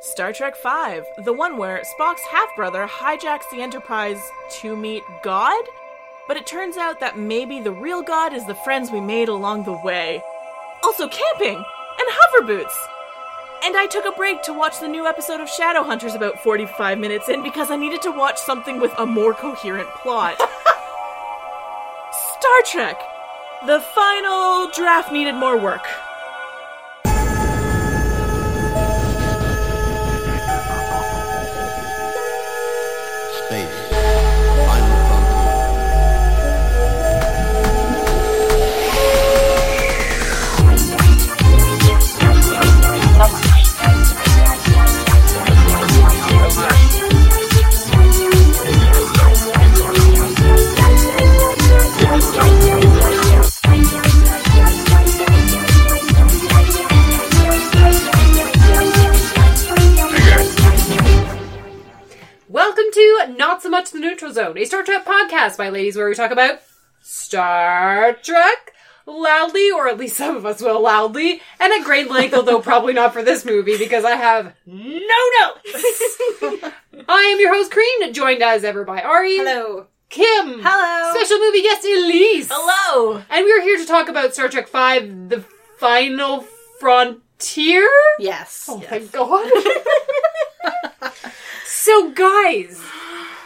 Star Trek V, the one where Spock's half brother hijacks the Enterprise to meet God? But it turns out that maybe the real God is the friends we made along the way. Also, camping! And hover boots! And I took a break to watch the new episode of Shadowhunters about 45 minutes in because I needed to watch something with a more coherent plot. Star Trek! The final draft needed more work. Space. Final frontier. Welcome to Not So Much the Neutral Zone, a Star Trek podcast by ladies where we talk about Star Trek loudly, or at least some of us will loudly, and at great length, although probably not for this movie because I have no notes. I am your host, Crean, joined as ever by Ari. Hello. Kim. Hello. Special movie guest, Elise. Hello! And we are here to talk about Star Trek V, The Final Frontier? Yes. Oh my god. so guys,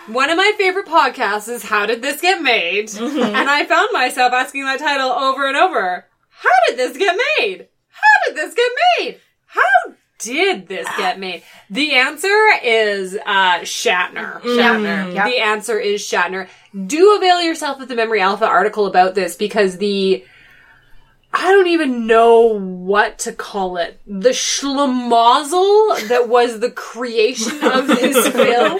one of my favorite podcasts is How Did This Get Made? And I found myself asking that title over and over. How did this get made? How did this get made? How did this get made? The answer is uh Shatner. Mm-hmm. Shatner. Yep. The answer is Shatner. Do avail yourself of the Memory Alpha article about this because the I don't even know what to call it. The schlemazel that was the creation of this film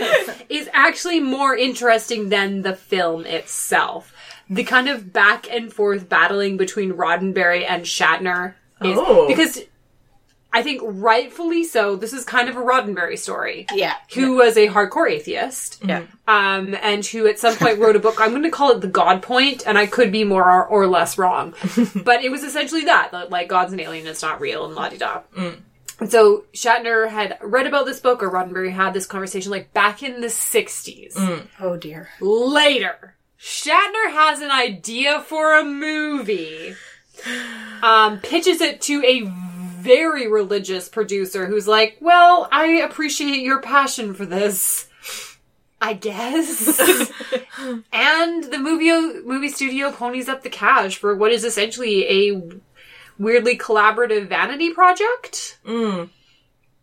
is actually more interesting than the film itself. The kind of back and forth battling between Roddenberry and Shatner is Oh. because I think rightfully so, this is kind of a Roddenberry story. Yeah. Who was a hardcore atheist Yeah. um, and who at some point wrote a book. I'm going to call it the God Point, and I could be more or, or less wrong, but it was essentially that, that, like God's an alien, it's not real, and la di da. And so Shatner had read about this book, or Roddenberry had this conversation like back in the 60s. Oh dear. Later, Shatner has an idea for a movie. Um, pitches it to a very religious producer who's like, "Well, I appreciate your passion for this." I guess. and the movie movie studio ponies up the cash for what is essentially a weirdly collaborative vanity project. Yeah, Mm.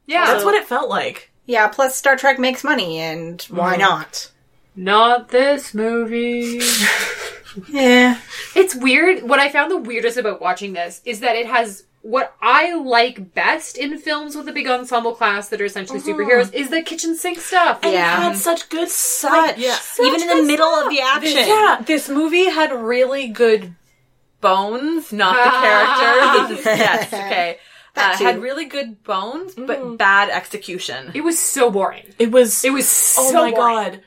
That's what it felt like. Yeah, plus Star Trek makes money and why not? Not this movie. Yeah. It's weird. What I found the weirdest about watching this is that it has what I like best in films with a big ensemble class that are essentially superheroes is the kitchen sink stuff. Uh-huh. And Yeah. it had such good such. yeah. Even in the middle of the action. Ah. Yeah, this movie had really good bones, not Uh, the characters. yes, okay. Uh, too. had really good bones, Mm-hmm. but bad execution. It was so boring. It was It was so Oh my boring. god.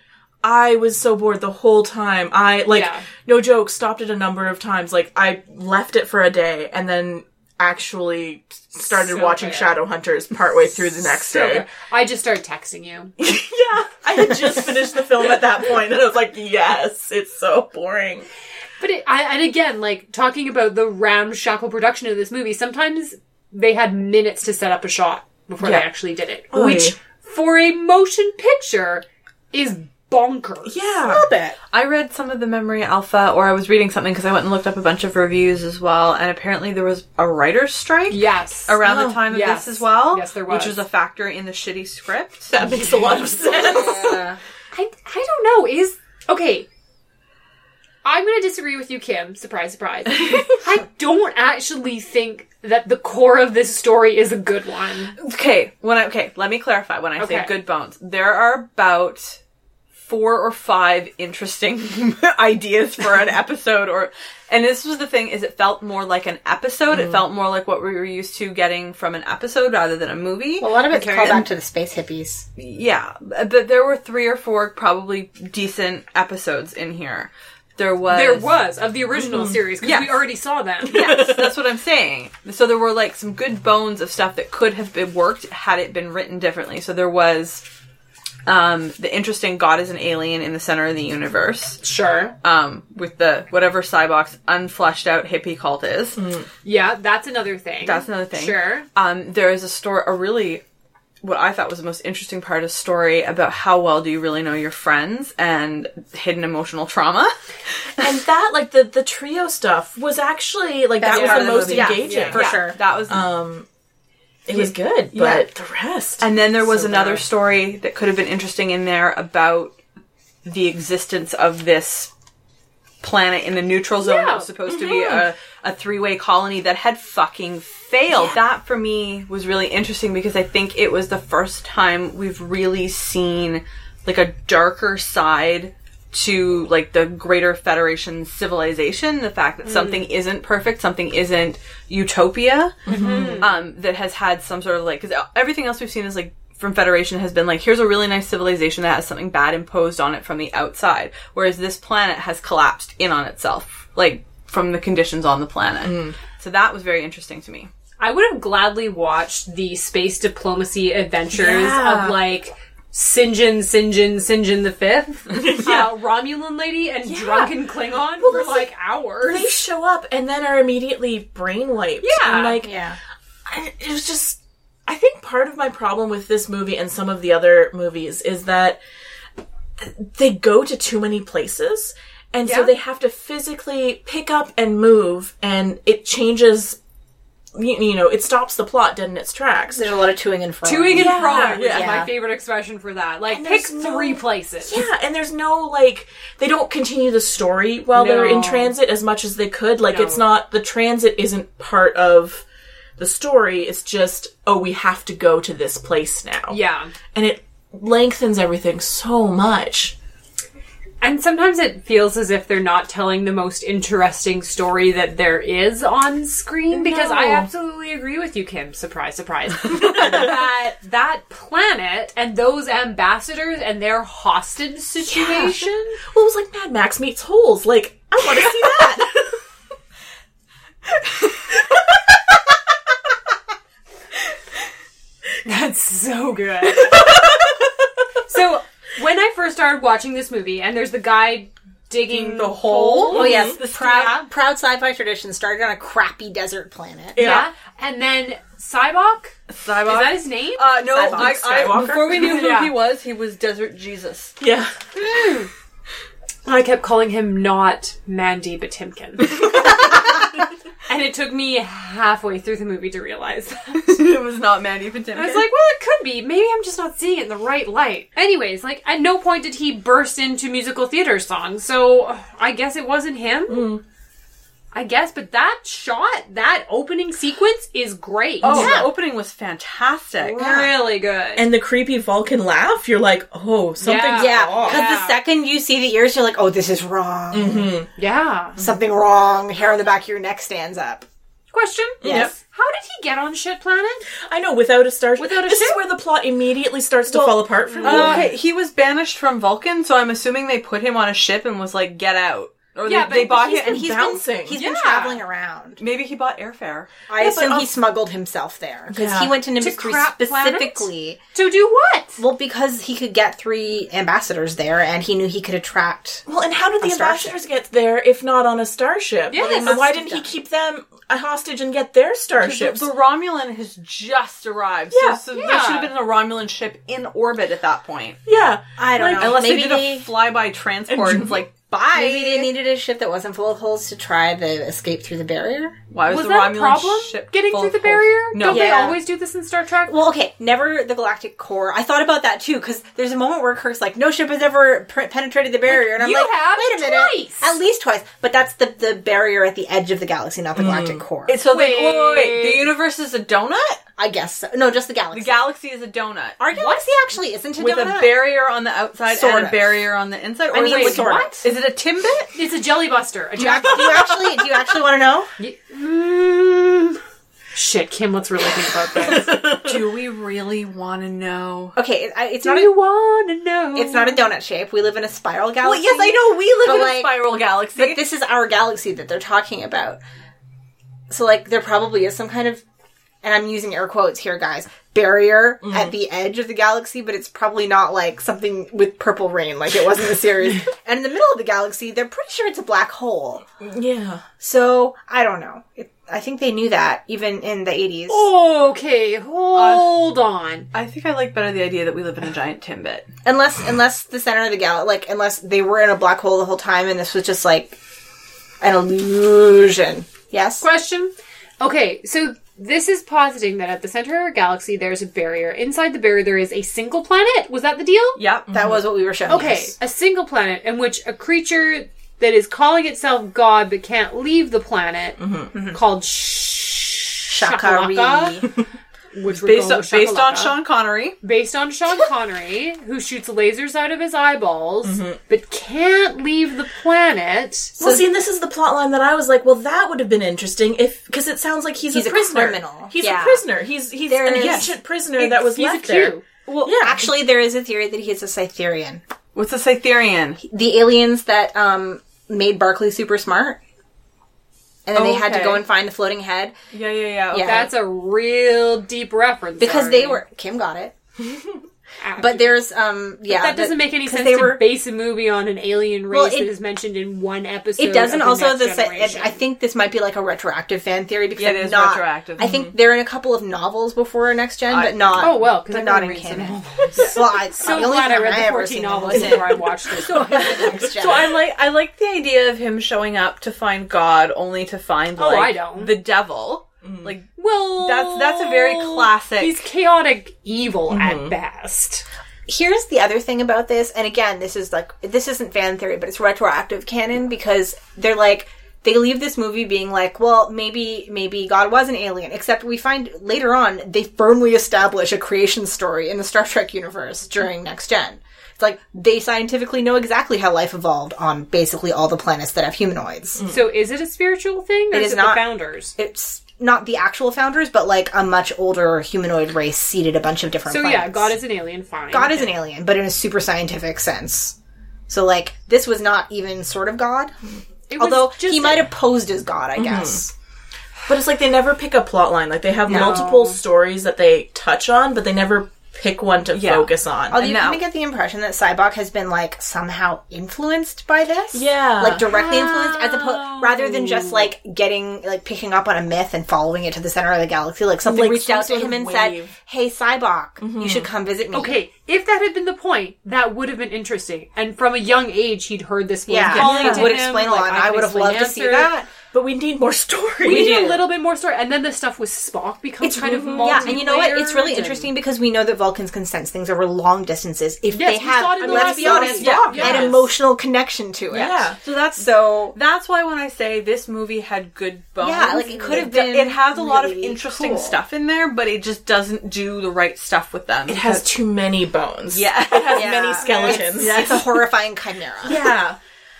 I was so bored the whole time. I like Yeah. no joke stopped it a number of times. Like I left it for a day and then actually started So watching bad. Shadowhunters partway through the next So day. good. I just started texting you. yeah, I had just finished the film at that point and I was like, "Yes, it's so boring." But it, I, and again, like talking about the ramshackle production of this movie, sometimes they had minutes to set up a shot before Yeah. they actually did it, Oy. which for a motion picture is bonkers. Yeah. bit. I read some of the Memory Alpha, or I was reading something because I went and looked up a bunch of reviews as well, and apparently there was a writer's strike Yes. around Oh, the time of yes. this as well. Yes, there was. Which was a factor in the shitty script. That makes a lot of sense. I I don't know. Is okay. I'm going to disagree with you, Kim. Surprise, surprise. I don't actually think that the core of this story is a good one. Okay, when I okay, let me clarify. When I say Okay. good bones, there are about four or five interesting ideas for an episode or and this was the thing is it felt more like an episode. Mm. It felt more like what we were used to getting from an episode rather than a movie. A lot of it's called back to the space hippies. yeah, but there were three or four probably decent episodes in here. There was There was of the original series because Mm-hmm. Yes. we already saw them. yes, that's what I'm saying. So there were like some good bones of stuff that could have been worked had it been written differently. So there was um, the interesting God is an alien in the center of the universe Sure. um, with the whatever Cybox unfleshed out hippie cult is. Mm-hmm. yeah, that's another thing. That's another thing. Sure. Um, there is a story, a really, what I thought was the most interesting part of the story about how well do you really know your friends and hidden emotional trauma. and that like the the trio stuff was actually like that, Best part was of the the most movie. Yeah, engaging yeah, for Yeah. sure. That was Um, it was good, Yeah. but the rest. And then there was So another bad. story that could have been interesting in there about the existence of this planet in the neutral zone that was supposed to be a, a three way colony that had fucking failed. That for me was really interesting because I think it was the first time we've really seen like a darker side to like the greater federation civilization the fact that something isn't perfect something isn't utopia um, that has had some sort of like because everything else we've seen is like from Federation has been like here's a really nice civilization that has something bad imposed on it from the outside, whereas this planet has collapsed in on itself, like from the conditions on the planet. So that was very interesting to me. I would have gladly watched the space diplomacy adventures Yeah. of like Sinjin, Sinjin, Sinjin the Fifth, uh, Romulan lady, and drunken Klingon for that's like they hours. show up and then are immediately brainwiped. Yeah. and, like Yeah. I, it was just. I think part of my problem with this movie and some of the other movies is that they go to too many places, and so Yeah. they have to physically pick up and move, and it changes. You, you know, it stops the plot dead in its tracks. There's a lot of toing and froing. Doing and Yeah, froing is yeah. my favorite expression for that. Like, And pick there's no- three places. Yeah, and there's no like they don't continue the story while they're No. in transit as much as they could. Like No. it's not the transit isn't part of the story. It's just oh we have to go to this place now. Yeah. and it lengthens everything so much. And sometimes it feels as if they're not telling the most interesting story that there is on screen because I No. absolutely agree with you, Kim. Surprise, surprise. that that planet and those ambassadors and their hostage situation. Well, it was like Mad Max meets Holes. Like I want to see that. That's so good. so when I first started watching this movie, and there's the guy digging Mm, the hole. Mm-hmm. Oh yes, The proud, proud sci-fi tradition started on a crappy desert planet. Yeah. And then Cybok? Is that his name? Uh, no, I, I, Skywalker? before we knew who Yeah. he was, he was Desert Jesus. yeah, I kept calling him not Mandy but Timken. and it took me halfway through the movie to realize that. it was not Mandy Patinkin. I was like, well, it could be. Maybe I'm just not seeing it in the right light. Anyways, like, at no point did he burst into musical theater songs, so uh, I guess it wasn't him. I guess, but that shot, that opening sequence is great. oh, the opening was fantastic. really good. and the creepy Vulcan laugh. You're like oh something. Yeah, off. because Yeah. the second you see the ears, you're like, "Oh, this is wrong. yeah. Something wrong." Hair on the back of your neck stands up. Question? Yes. How did he get on Shit Planet? I know without a star. Without a uh, this is ship? where the plot immediately starts to fall apart for me. Okay, he was banished from Vulcan, so I'm assuming they put him on a ship and was like, "Get out." Or Yeah, they, but they bought he's him. been and he- He's Bouncing. been he's Yeah. been traveling around. maybe he bought airfare. I assume but, he uh, smuggled himself there because Yeah. he went to To Nimbus three crap planet? specifically. To do what? Well, because he could get three ambassadors there, and he knew he could attract. Well, and how did the starship. ambassadors get there if not on a starship? Yes. they and why must didn't he have keep them a hostage and get their The, starships? the Romulan has just arrived, Yeah, so, so there yeah. should have been a Romulan ship in orbit at that point. yeah. I don't Like, know. Unless maybe they did a flyby transport, and it's like, bye. maybe they needed a ship that wasn't full of holes to try the escape through the barrier. Why was, Was the that Romulan a problem? ship Getting full through of the holes? barrier? No, Don't they Yeah. always do this in Star Trek? Well, okay, never the Galactic Core. I thought about that too because there's a moment where Kirk's like, "No ship has ever pre- penetrated the barrier," and I'm you like, have "Wait a minute, twice." at least twice." But that's the the barrier at the edge of the galaxy, not the Galactic Core. It's so they- wait, wait, wait, Wait. the universe is a donut. I guess so. No, just the The galaxy. galaxy is a donut. Our galaxy actually isn't a with donut. a barrier on the outside Sort and a of. barrier on the inside. Or I is mean, it like- sort of. what? Is it a timbit? It's a jelly buster. A Do you jack- act- do you actually do you actually want to know? Mm, Shit, Kim, let's really think about this. Do we really want to know? Okay, it- I- it's Do not you a wanna know? it's not a donut shape. We live in a spiral galaxy. Well, yes, I know we live But, in a like, spiral galaxy. But this is our galaxy that they're talking about. So like there probably is some kind of and I'm using air quotes here guys, barrier Mm-hmm. at the edge of the galaxy, but it's probably not like something with purple rain like it was in the series. and in the middle of the galaxy, they're pretty sure it's a black hole. Yeah. So, I don't know. It, I think they knew that even in the 80s. Oh, Okay, Uh, hold on. I think I like better the idea that we live in a giant timbit. Unless unless the center of the galaxy, like unless they were in a black hole the whole time and this was just like an illusion. Yes. Question. Okay, so this is positing that at the center of our galaxy there's a barrier. Inside the barrier there is a single planet. Was that the deal? Yep. That was what we were shown. Okay, yes. a single planet in which a creature that is calling itself God but can't leave the planet, Mm-hmm. called Sh- Shakari. Shakalaka, which we're based going on, with based on Shakalaka. Sean Connery. based on Sean Connery, who shoots lasers out of his eyeballs Mm-hmm. but can't leave the planet. well, see, this is the plot line that I was like, well, that would have been interesting if because it sounds like he's, He's a a prisoner. criminal. He's Yeah. a prisoner. He's he's an There's- ancient prisoner that was he's left a there. Q. Well, actually, there is a theory that he is a Cytherian. What's a Cytherian? The aliens that um, made Barclay super smart, and then they had to Okay. go and find the floating head Yeah, yeah, yeah. Yeah. That's a real deep reference because sorry. Uh, they were. Kim got it, but there's um, yeah, that doesn't but- make any 'cause sense They to were. base a movie on an alien race Well, that it- is mentioned in one episode. It doesn't. of Also, the, the next Cy- and Generation. I think this might be like a retroactive fan theory because Yeah, it is not, retroactive. I Mm-hmm. think they're in a couple of novels before Next Gen, but not. Oh well, because but I'm not in read some canon. novels. Well, I- So the only glad I time read the ever 14 seen novels was in before I watched this. Next Gen. So I like I like the idea of him showing up to find God, only to find Oh, like I don't. the devil. Like Well, That's- that's a very classic- He's chaotic evil Mm-hmm. at best. here's the other thing about this and again this is like this isn't fan theory but it's retroactive canon because they're like they leave this movie being like well maybe maybe god was an alien except we find later on they firmly establish a creation story in the star trek universe during next gen it's like they scientifically know exactly how life evolved on basically all the planets that have humanoids So is it a spiritual thing or Hmm. It is, is it not. the founders? it's not the actual founders but like a much older humanoid race seeded a bunch of different So planets. yeah, God is an alien, fine. God is an alien, but in a super scientific sense. So like this was not even sort of God, It was although just he a- Mm-hmm. might have posed as God, I guess. But it's like they never pick a plot line. Like they have multiple stories that they touch on, but they never pick one to focus on. Although you No. kind of get the impression that Cyborg has been like somehow influenced by this, Yeah. like directly influenced, as opposed rather than just like getting like picking up on a myth and following it to the center of the galaxy. Like something Like reached some out to sort him of and said, wave. "Hey, Cyborg, you should come visit me." Mm-hmm. Okay, if that had been the point, that would have been interesting. And from a young age, he'd heard this was Yeah, calling yeah. to would him, explain a like, lot, and can I would have explain loved to see answers. that. but we need more story. We need do. a little bit more story, and then the stuff with Spock becomes kind of Yeah, and you know what? It's really multi-layered interesting and- because we know that Vulcans can sense things over long distances if Yes, they we saw it have, in the let's last be honest, season. Yeah, an yes. emotional connection to it. Yeah. so that's So that's why when I say this movie had good bones, Yeah, like, it could have been It has a lot of really interesting cool. stuff in there, but it just doesn't do the right stuff with them. it has too many bones. yeah, it has yeah. Many skeletons. It's, it's a horrifying chimera. Yeah.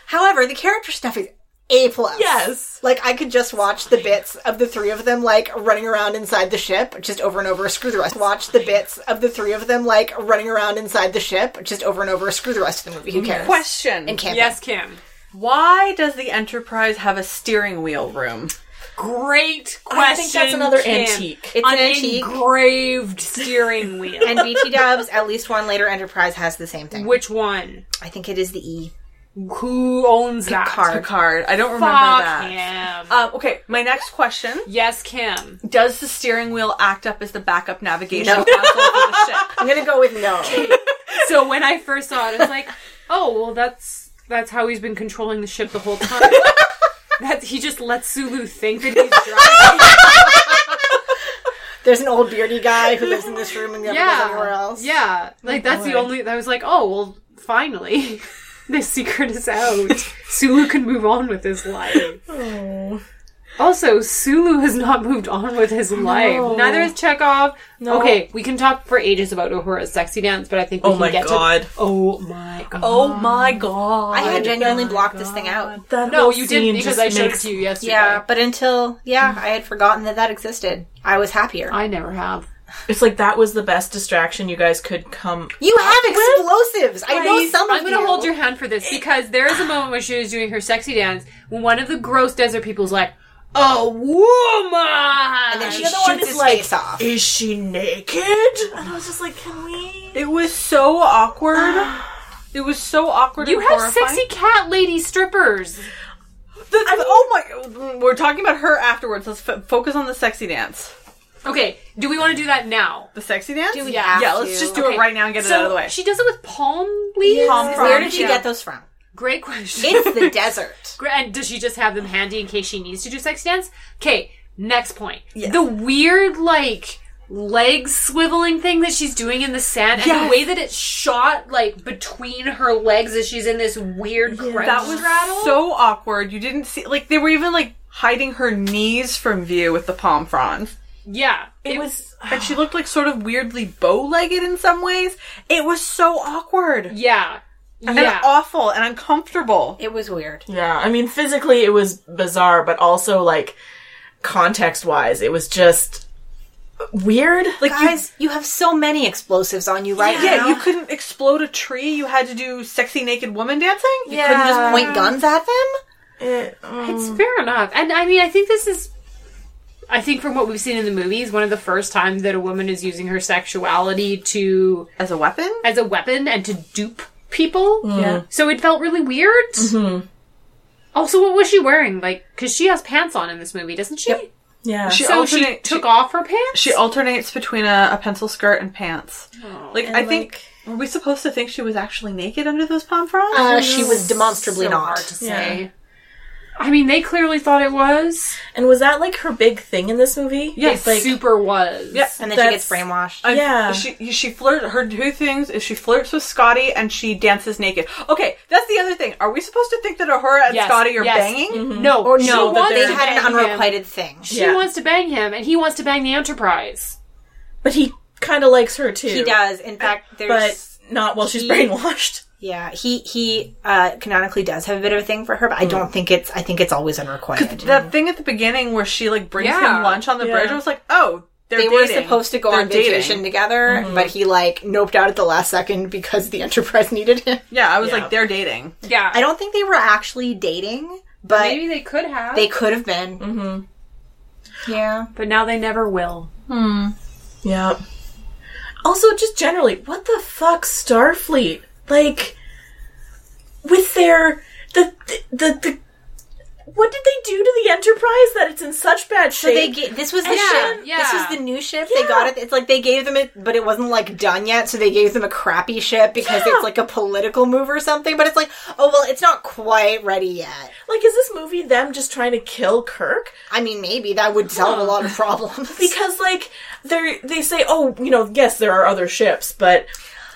However, the character stuff is a plus. Yes. Like I could just watch the bits of the three of them like running around inside the ship, just over and over. Screw the rest. Watch the bits of the three of them like running around inside the ship, just over and over. Screw the rest of the movie. Who cares? question. And camping. Yes, Kim. Why does the Enterprise have a steering wheel room? Great question. I think that's another Kim. antique. It's an antique. engraved steering wheel. and BT Dubs, at least one later Enterprise has the same thing. Which one? I think it is the E. Who owns that? Picard. Picard. I don't remember Fuck that. him. Um, okay, my next question: yes, Kim. Does the steering wheel act up as the backup navigation No. console for the ship? I'm gonna go with no. So when I first saw it, I was like, oh, well, that's that's how he's been controlling the ship the whole time. That he just lets Sulu think that he's driving. There's an old beardy guy who lives in this room and never goes anywhere yeah, else. yeah. Like that's the only. I was like, oh, well, finally, the secret is out. Sulu can move on with his life. Also, Sulu has not moved on with his life. Neither is Chekhov. Okay, we can talk for ages about Uhura's sexy dance, but I think we Oh can my get God. to. Oh my god! Oh my god. I had genuinely blocked this thing out. That no, whole you scene didn't because just I showed it makes- to you yesterday. Yeah, but until yeah, I had forgotten that that existed. I was happier. I never have. It's like that was the best distraction you guys could come. you have explosives. I know some of I'm gonna you. hold your hand for this because there is a moment when she was doing her sexy dance when one of the gross desert people's like, a woman, And then she The other one shoots is his like- face off. Is she naked? And I was just like, can we? It was so awkward. It was so awkward. You and have horrifying. sexy cat lady strippers. The- the- oh my! We're talking about her afterwards. Let's f- focus on the sexy dance. Okay, do we want to do that now? The sexy dance. Do we yeah. have yeah. to? Let's just do Okay, it right now and get it out of the way. She does it with palm leaves. Palm Where fronds, did she yeah. get those from? Great question. It's the desert. Gra- And does she just have them handy in case she needs to do sex dance? Okay, next point. The weird, like, leg swiveling thing that she's doing in the sand and the Yes. way that it's shot, like, between her legs as she's in this weird crunch That was straddle. so awkward. You didn't see like they were even like hiding her knees from view with the palm fronds. yeah. It was. And she looked like sort of weirdly bow-legged in some ways. It was so awkward Yeah. and yeah. awful and uncomfortable. It was weird. Yeah, I mean, physically it was bizarre, but also like context-wise, it was just weird. Like Guys, you have so many explosives on you right you, yeah, now. you couldn't explode a tree. You had to do sexy naked woman dancing. You couldn't just point guns at them. It- um, It's fair enough. And I mean, I think this is, I think from what we've seen in the movies, one of the first times that a woman is using her sexuality to, as a weapon. as a weapon and to dupe people. Mm-hmm. Yeah. Mm-hmm. So it felt really weird. Also, what was she wearing? Like, because she has pants on in this movie, doesn't she? yeah, She So she alternate- took she- off her pants? She alternates between a, a pencil skirt and pants. like I think were we supposed to think she was actually naked under those palm fronds? Uh, she was demonstrably so hard to not. say. I mean, they clearly thought it was. and was that like her big thing in this movie? Yes. It super was. Yep. And then she That's- gets brainwashed. I- Yeah. she she flirts. Her two things is she flirts with Scotty and she dances naked. Okay, that's the other thing. Are we supposed to think that Ahura and Yes, Scotty are yes. banging? No. Or she no, that wants they're- They to had an bang him. unrequited thing. She Yeah. wants to bang him, and he wants to bang the Enterprise. but he kind of likes her too. He does. In fact, there's but not while she's brainwashed. yeah. He he uh, canonically does have a bit of a thing for her, but I don't think it's. I think it's always unrequited. That thing at the beginning where she like brings Yeah. him lunch on the Yeah. bridge. I was like, oh, they're they were dating. supposed to go They're on vacation dating. together, but he like noped out at the last second because the Enterprise needed him. Yeah, I was Yeah. like, they're dating. Yeah. I don't think they were actually dating, but Maybe they could have. they could have been. Mm-hmm. Yeah. but now they never will. Yeah. Also, just generally, what the fuck, Starfleet? Like, with their the the the. the what did they do to the Enterprise that it's in such bad shape? So they ga- this was the Yeah, ship. yeah. This was the new ship. They got it. It's like they gave them it, but it wasn't like done yet. So they gave them a crappy ship because Yeah. it's like a political move or something. But it's like, oh well, it's not quite ready yet. Like, is this movie them just trying to kill Kirk? I mean, maybe that would solve a lot of problems. Because, like, they they say, oh, you know, yes, there are other ships, but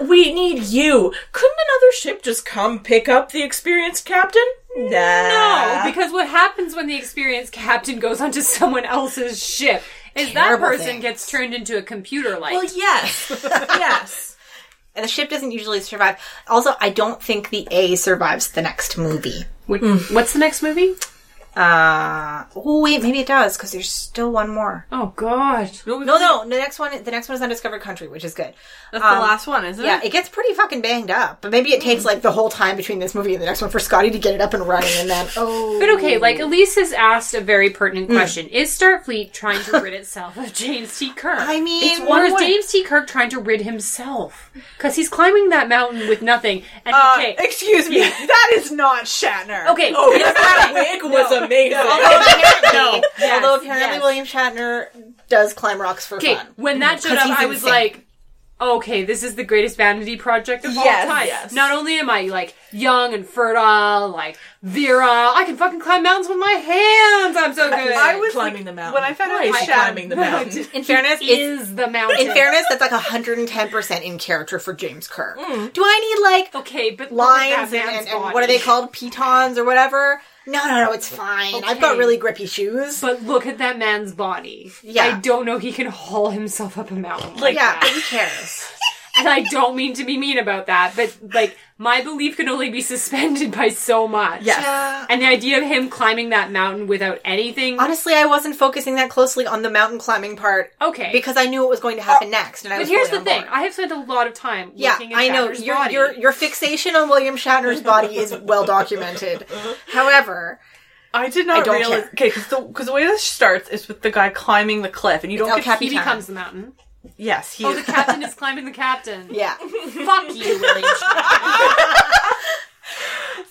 we need you. Couldn't another ship just come pick up the experienced captain? No, Nah. because what happens when the experienced captain goes onto someone else's ship is Terrible that person things. gets turned into a computer like. Well, yes, yes. and the ship doesn't usually survive. Also, I don't think the A survives the next movie. What- What's the next movie? Uh, oh wait, maybe it does because there's still one more. Oh God! No, no, the next one, the next one is Undiscovered Country, which is good. Um, That's the last one, isn't Yeah, it? it Mm. gets pretty fucking banged up, but maybe it takes like the whole time between this movie and the next one for Scotty to get it up and running, and then oh, But okay, like Elise has asked a very pertinent question: Is Starfleet trying to rid itself of James T. Kirk? I mean, It's or is one way. James T. Kirk trying to rid himself? Because he's climbing that mountain with nothing. And Uh, okay, Excuse me, that is not Shatner. okay, Oh, yes, that wig was amazing. although apparently, Yes, although apparently yes. William Shatner does climb rocks for Okay, fun. when that showed 'Cause up, he's I was insane. like, okay, this is the greatest vanity project of Yes, all time. yes. Not only am I like young and fertile, like virile, I can fucking climb mountains with my hands. I'm so good. I was climbing like- the mountain. when I found out Why is it she was Shatner- climbing the mountain? In fairness, it's is the mountain. in fairness that's like hundred and ten percent in character for James Kirk. Do I need like okay, but look at lines that and, man's and, and body. what are they called? Pitons or whatever? No, no, no, it's fine. I've got Okay. really grippy shoes. But look at that man's body. Yeah. I don't know he can haul himself up a mountain. Like, yeah, that. who cares? and I don't mean to be mean about that, but like my belief can only be suspended by so much. Yes. Yeah. And the idea of him climbing that mountain without anything Honestly, I wasn't focusing that closely on the mountain climbing part. Okay. Oh, Because I knew what was going to happen next, and I But was. here's fully the on thing. board. I have spent a lot of time yeah, looking at I know Shatner's your body. your your fixation on William Shatner's body is well documented. However, I did not I don't realize. care. Okay, because the, 'cause the way this starts is with the guy climbing the cliff, and you don't El get Capitan. he becomes the mountain. Yes, he Oh, the is. captain is climbing the captain. yeah, Fuck you, William.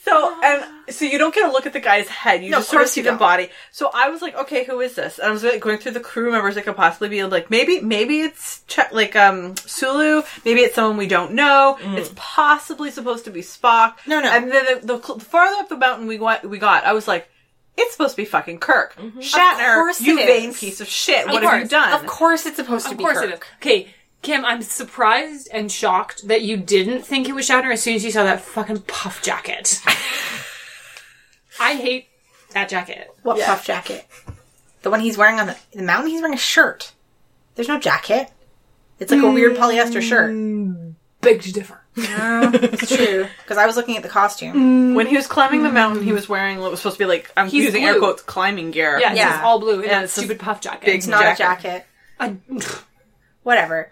So and so you don't get a look at the guy's head. You Oh No, just of sort of course see you the don't. body. So I was like, okay, who is this? And I was like going through the crew members that could possibly be like maybe maybe it's Ch- like um Sulu, maybe it's someone we don't know. It's possibly supposed to be Spock. Mm-hmm. No, no. And then the, the, cl- the farther up the mountain we went, we got, I was like. It's supposed to be fucking Kirk. Shatner, Mm-hmm. course you it vain is. piece of shit. Of what have you course. done? of course it's supposed to Of be. course Kirk. it is. Okay, Kim, I'm surprised and shocked that you didn't think it was Shatner as soon as you saw that fucking puff jacket. I hate that jacket. What puff jacket? The one he's wearing on the, the mountain. He's wearing a shirt. There's no jacket. It's like a weird polyester shirt. Big difference. It's true. Because I was looking at the costume. When he was climbing Mm-hmm. the mountain, he was wearing what was supposed to be like I'm He's using air blue. quotes climbing gear. Yeah, it's Yeah. just all blue and Yeah, that it's a stupid puff jacket. big- It's not Jacket. a jacket. I- Whatever.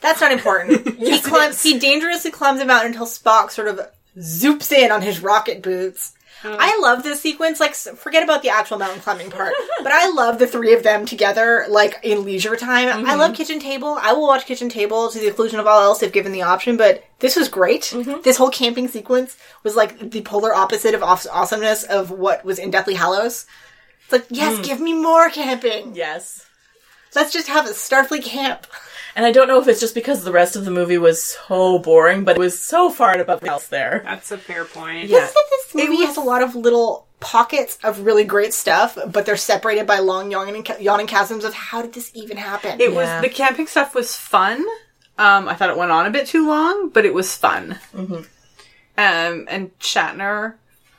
That's not important. he climbs. He dangerously climbs a mountain until Spock sort of zoops in on his rocket boots. I love this sequence. Like, s- forget about the actual mountain climbing part, but I love the three of them together, like in leisure time. I love Kitchen Table. I will watch Kitchen Table to the exclusion of all else if given the option. But this was great. This whole camping sequence was like the polar opposite of aw- awesomeness of what was in Deathly Hallows. It's like, yes, give me more camping. Yes. Let's just have a Starfleet camp. And I don't know if it's just because the rest of the movie was so boring, but it was so far and above else there. that's a fair point. Yeah. It's like this movie has a lot of little pockets of really great stuff, but they're separated by long yawning, yawning chasms of how did this even happen? It was the camping stuff was fun. Um, I thought it went on a bit too long, but it was fun. Um, and Shatner,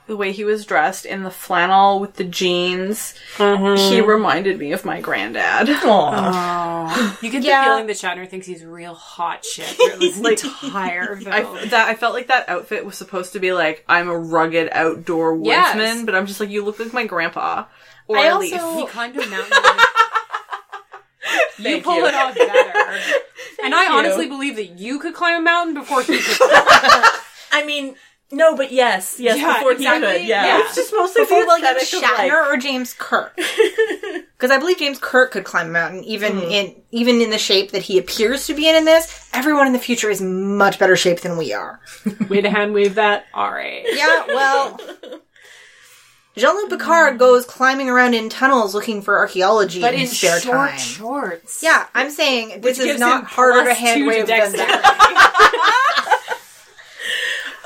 the way he was dressed in the flannel with the jeans, he reminded me of my granddad. Aw. You get Yeah. the feeling that Shatner thinks he's real hot shit for this entire film. I, that I felt like that outfit was supposed to be like I'm a rugged outdoor Yes. woodsman, but I'm just like you look like my grandpa or I a also- leaf. He climbed a mountain. you pull it off better. and I honestly believe that you could climb a mountain before he could. I mean, no, but yes, yes, Yeah, before exactly, he could, yeah. yeah. It's just mostly Before the William aesthetic of, like- Shatner or James Kirk? Because I believe James Kirk could climb a mountain, even in even in the shape that he appears to be in in this. Everyone in the future is much better shape than we are. Way to hand wave that. All right. Yeah, well. Jean Luc Picard goes climbing around in tunnels looking for archaeology But in in his spare short time. shorts. Yeah, I'm saying this is gives not him harder to plus hand two wave to than that.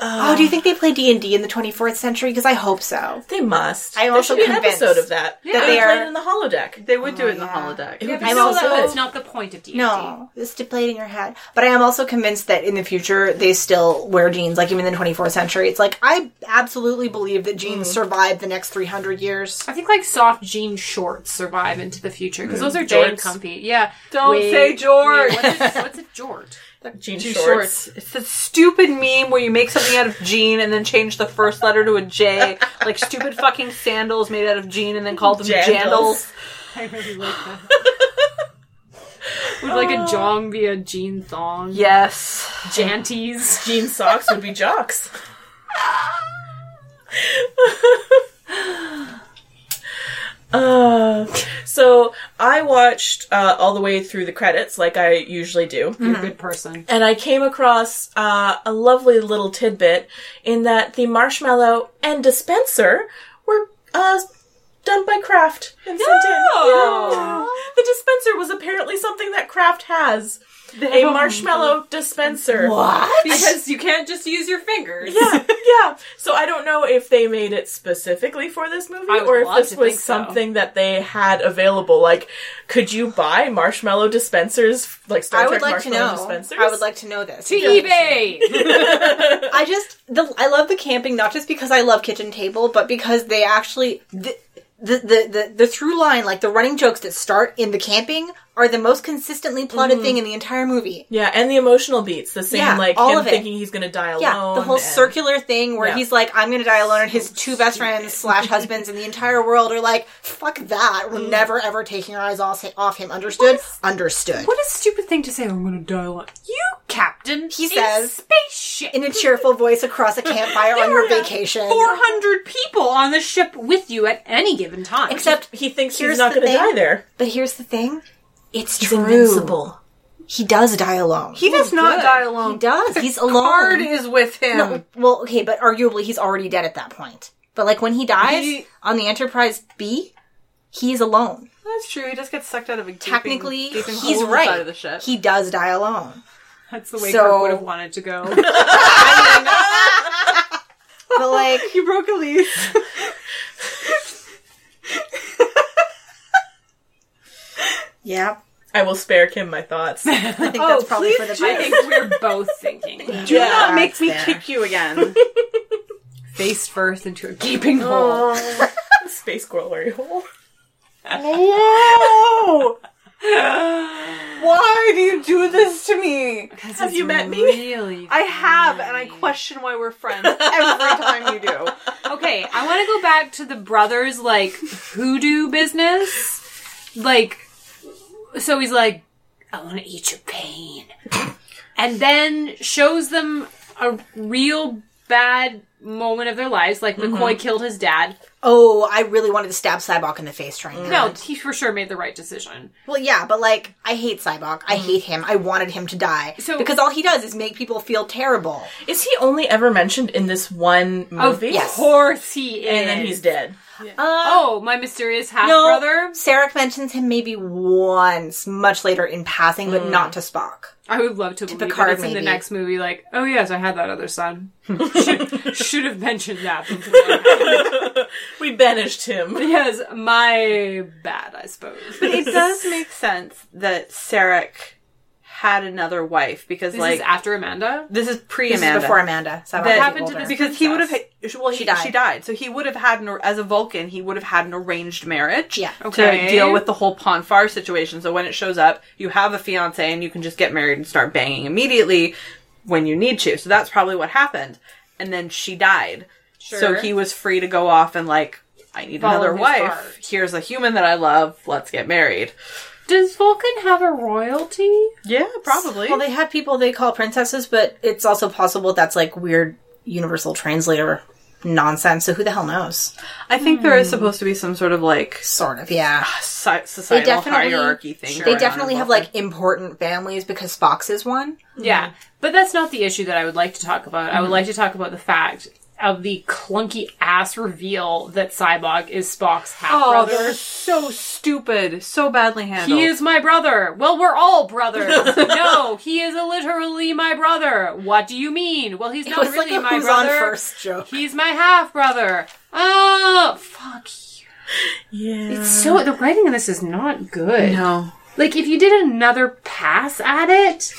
Oh, do you think they play D and D in the 24th century? Because I hope so. They must. I'm There also should be convinced an episode of that. Yeah. That They they are- played in the holodeck. They would do it in yeah. the holodeck. It would be I'm so also- good. That's not the point of D. No, it's to play it in your head. But I am also convinced that in the future they still wear jeans, like even in the 24th century. It's like I absolutely believe that jeans survive the next 300 years. I think like soft jean shorts survive into the future because those are damn Jorts. comfy. Yeah. Don't say Jort. wait, what's, a, what's a Jort? Jean Jean shorts. shorts. It's the stupid meme where you make something out of jean and then change the first letter to a J. like stupid fucking sandals made out of jean and then call them Jandals. jandals. I really like that. Oh. Would like a jong be a jean thong? Yes. Janties. Jean socks would be jocks. Uh, so I watched uh, all the way through the credits, like I usually do. You're a good person. and I came across uh, a lovely little tidbit in that the marshmallow and dispenser were uh, done by Kraft and sent in. No! The dispenser was apparently something that Kraft has. A marshmallow dispenser. Because you can't just use your fingers. Yeah, yeah. So I don't know if they made it specifically for this movie I would or if love this to was think so. something that they had available. Like, could you buy marshmallow dispensers, like Star I Trek would like to marshmallow know. dispensers? I would like to know this. E eBay. I just the I love the camping not just because I love kitchen table, but because they actually the the the, the, the through line like the running jokes that start in the camping are the most consistently plotted thing in the entire movie. Mm-hmm. Yeah, and the emotional beats, the same Yeah, like all him of it. thinking he's gonna die alone. Yeah, the whole and- circular thing where Oh, Yeah. he's like, "I'm gonna die alone," and his two best friends slash husbands in the entire world are like, "Fuck that! Mm. We're never ever taking our eyes off off him." Understood? Understood. what a stupid thing to say. I'm going to die alone. You, Captain. He a says- spaceship. in a cheerful voice across a campfire on your vacation. 400 people on the ship with you at any given time. Except He thinks Here's he's not the gonna thing. die there. But here's the thing. It's true. He does die alone. He does not die alone. He does. He's Card alone. is with him. Well, okay, but arguably he's already dead at that point. But like when he dies He- on the Enterprise B, he's alone. That's true. He just gets sucked out of a gaping- Technically, gaping hole he's in the right. side of the ship. He does die alone. That's the way So- Kirk would have wanted to go. But like, You broke a lease. yeah, I will spare Kim my thoughts. I think that's probably for the I best. think we're both thinking. Oh, Do not make me there. kick you again. Face first into a gaping hole. Space glory hole. Whoa! Why do you do this to me? Have you met me? Really? I have, and I question why we're friends every time you do. Okay, I want to go back to the brothers like hoodoo business. Like, so he's like, "I want to eat your pain," and then shows them a real bad moment of their lives. Like McCoy killed his dad. Oh, I really wanted to stab Cybok in the face right now. No, he for sure made the right decision. Well, yeah, but like, I hate Cybok. I hate him. I wanted him to die Mm. So- because all he does is make people feel terrible. Is he only ever mentioned in this one Oh, movie? Of course he is. Oh, And then he's dead. Oh, my mysterious half brother. Sarek mentions him maybe once, much later in passing, Mm. but not to Spock. I would love to believe Picard, that it's in the maybe. next movie. Like, oh yes, I had that other son. should, should have mentioned that before. We banished him. Yes, my bad, I suppose. It does make sense that Sarek had another wife because, This like, is after Amanda. this is pre This is Amanda. before Amanda. So That- happened to this- because he would have well he, she, died. died. so he would have had an as a vulcan he would have had an arranged marriage Yeah. Okay. to deal with the whole ponfar situation so when it shows up you have a fiance and you can just get married and start banging immediately when you need to so that's probably what happened and then she died so Sure. he was free to go off and like i need Follow another his wife heart. here's a human that i love let's get married Does Vulcan have a royalty? yeah probably Well, they have people they call princesses, but it's also possible that's like weird universal translator nonsense. So who the hell knows? i think there is supposed to be some sort of like Sort of, yeah. soci- societal definitely- Ah, hierarchy thing They going on in definitely have Vulcan. like important families because Spock's is one. Yeah, but that's not the issue that I would like to talk about. Mm-hmm. I would like to talk about the fact of the clunky ass reveal that Cyborg is Spock's half Oh, brother. they're so stupid, so badly handled. He is my brother. Well, we're all brothers. no, he is literally my brother. What do you mean? Well, he's not was like really a my who's on brother. first joke. He's my half brother. Oh, fuck you. Yeah. It's so the writing in this is not good. no. Like if you did another pass at it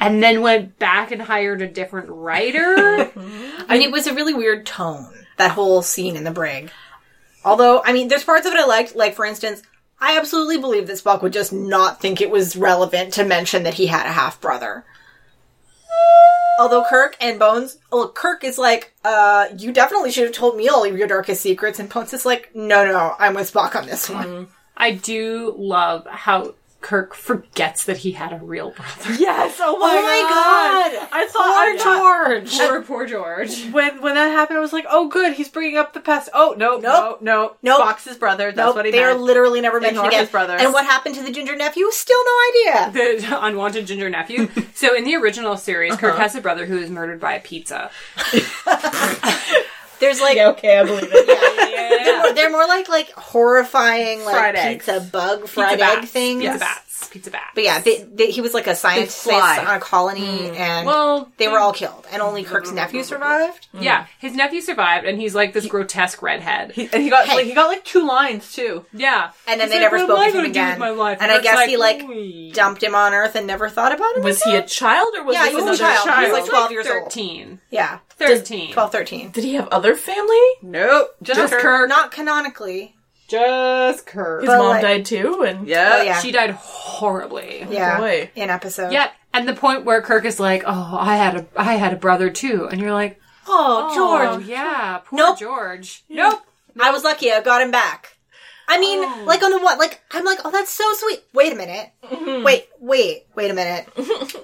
and then went back and hired a different writer, I mean, it was a really weird tone, that whole scene in the brig. Although, I mean, there's parts of it I liked. Like, for instance, I absolutely believe that Spock would just not think it was relevant to mention that he had a half brother. Although Kirk and Bones, well, Kirk is like, uh, you definitely should have told me all of your darkest secrets. And Bones is like, no, no, I'm with Spock on this one. Mm-hmm. I do love how Kirk forgets that he had a real brother. Yes. Oh my, my God. I thought I thought- George! Poor, poor George. when when that happened, I was like, oh good, he's bringing up the past. Oh no, no, no, Nope. Fox's brother. That's Nope, what he they are meant. literally never mentioned Ignore again. his brother. And what happened to the ginger nephew? Still no idea. The unwanted ginger nephew. So in the original series, Kirk has a brother who is murdered by a pizza. There's like Okay, I believe it. There, were, they're more like like horrifying like Fried eggs. pizza bug fried Pizza egg bats. things. Pizza bats. Pizza bats. But yeah, they, they, he was like a scientist fly. on a colony, and Well, they were all killed, and only Kirk's nephew survived. yeah, his nephew survived, and he's like this grotesque redhead. He, and he got Hey. like he got like two lines too. yeah, And then He's they like, never "What am spoke I to him gonna do with again." my life? And I Kirk's guess he, like, "Oy." Dumped him on Earth and never thought about him. Was he a child or was Yeah, this he was a another child. He was, like, 12 years old. 13. yeah, 13. 12, 13. Did he have other family? Nope, just, Just her. Kirk. Not canonically. Just Kirk. His But, mom like- died too, and Yeah. Oh, yeah. She died horribly. Yeah, boy. in episode. Yeah, and the point where Kirk is like, "Oh, I had a, I had a brother too," and you're like, Oh, "Oh, George. yeah, poor Nope. George." Nope. I was lucky. I got him back. I mean, like on the what? Like I'm like, oh, that's so sweet. Wait a minute. Wait, wait, wait a minute.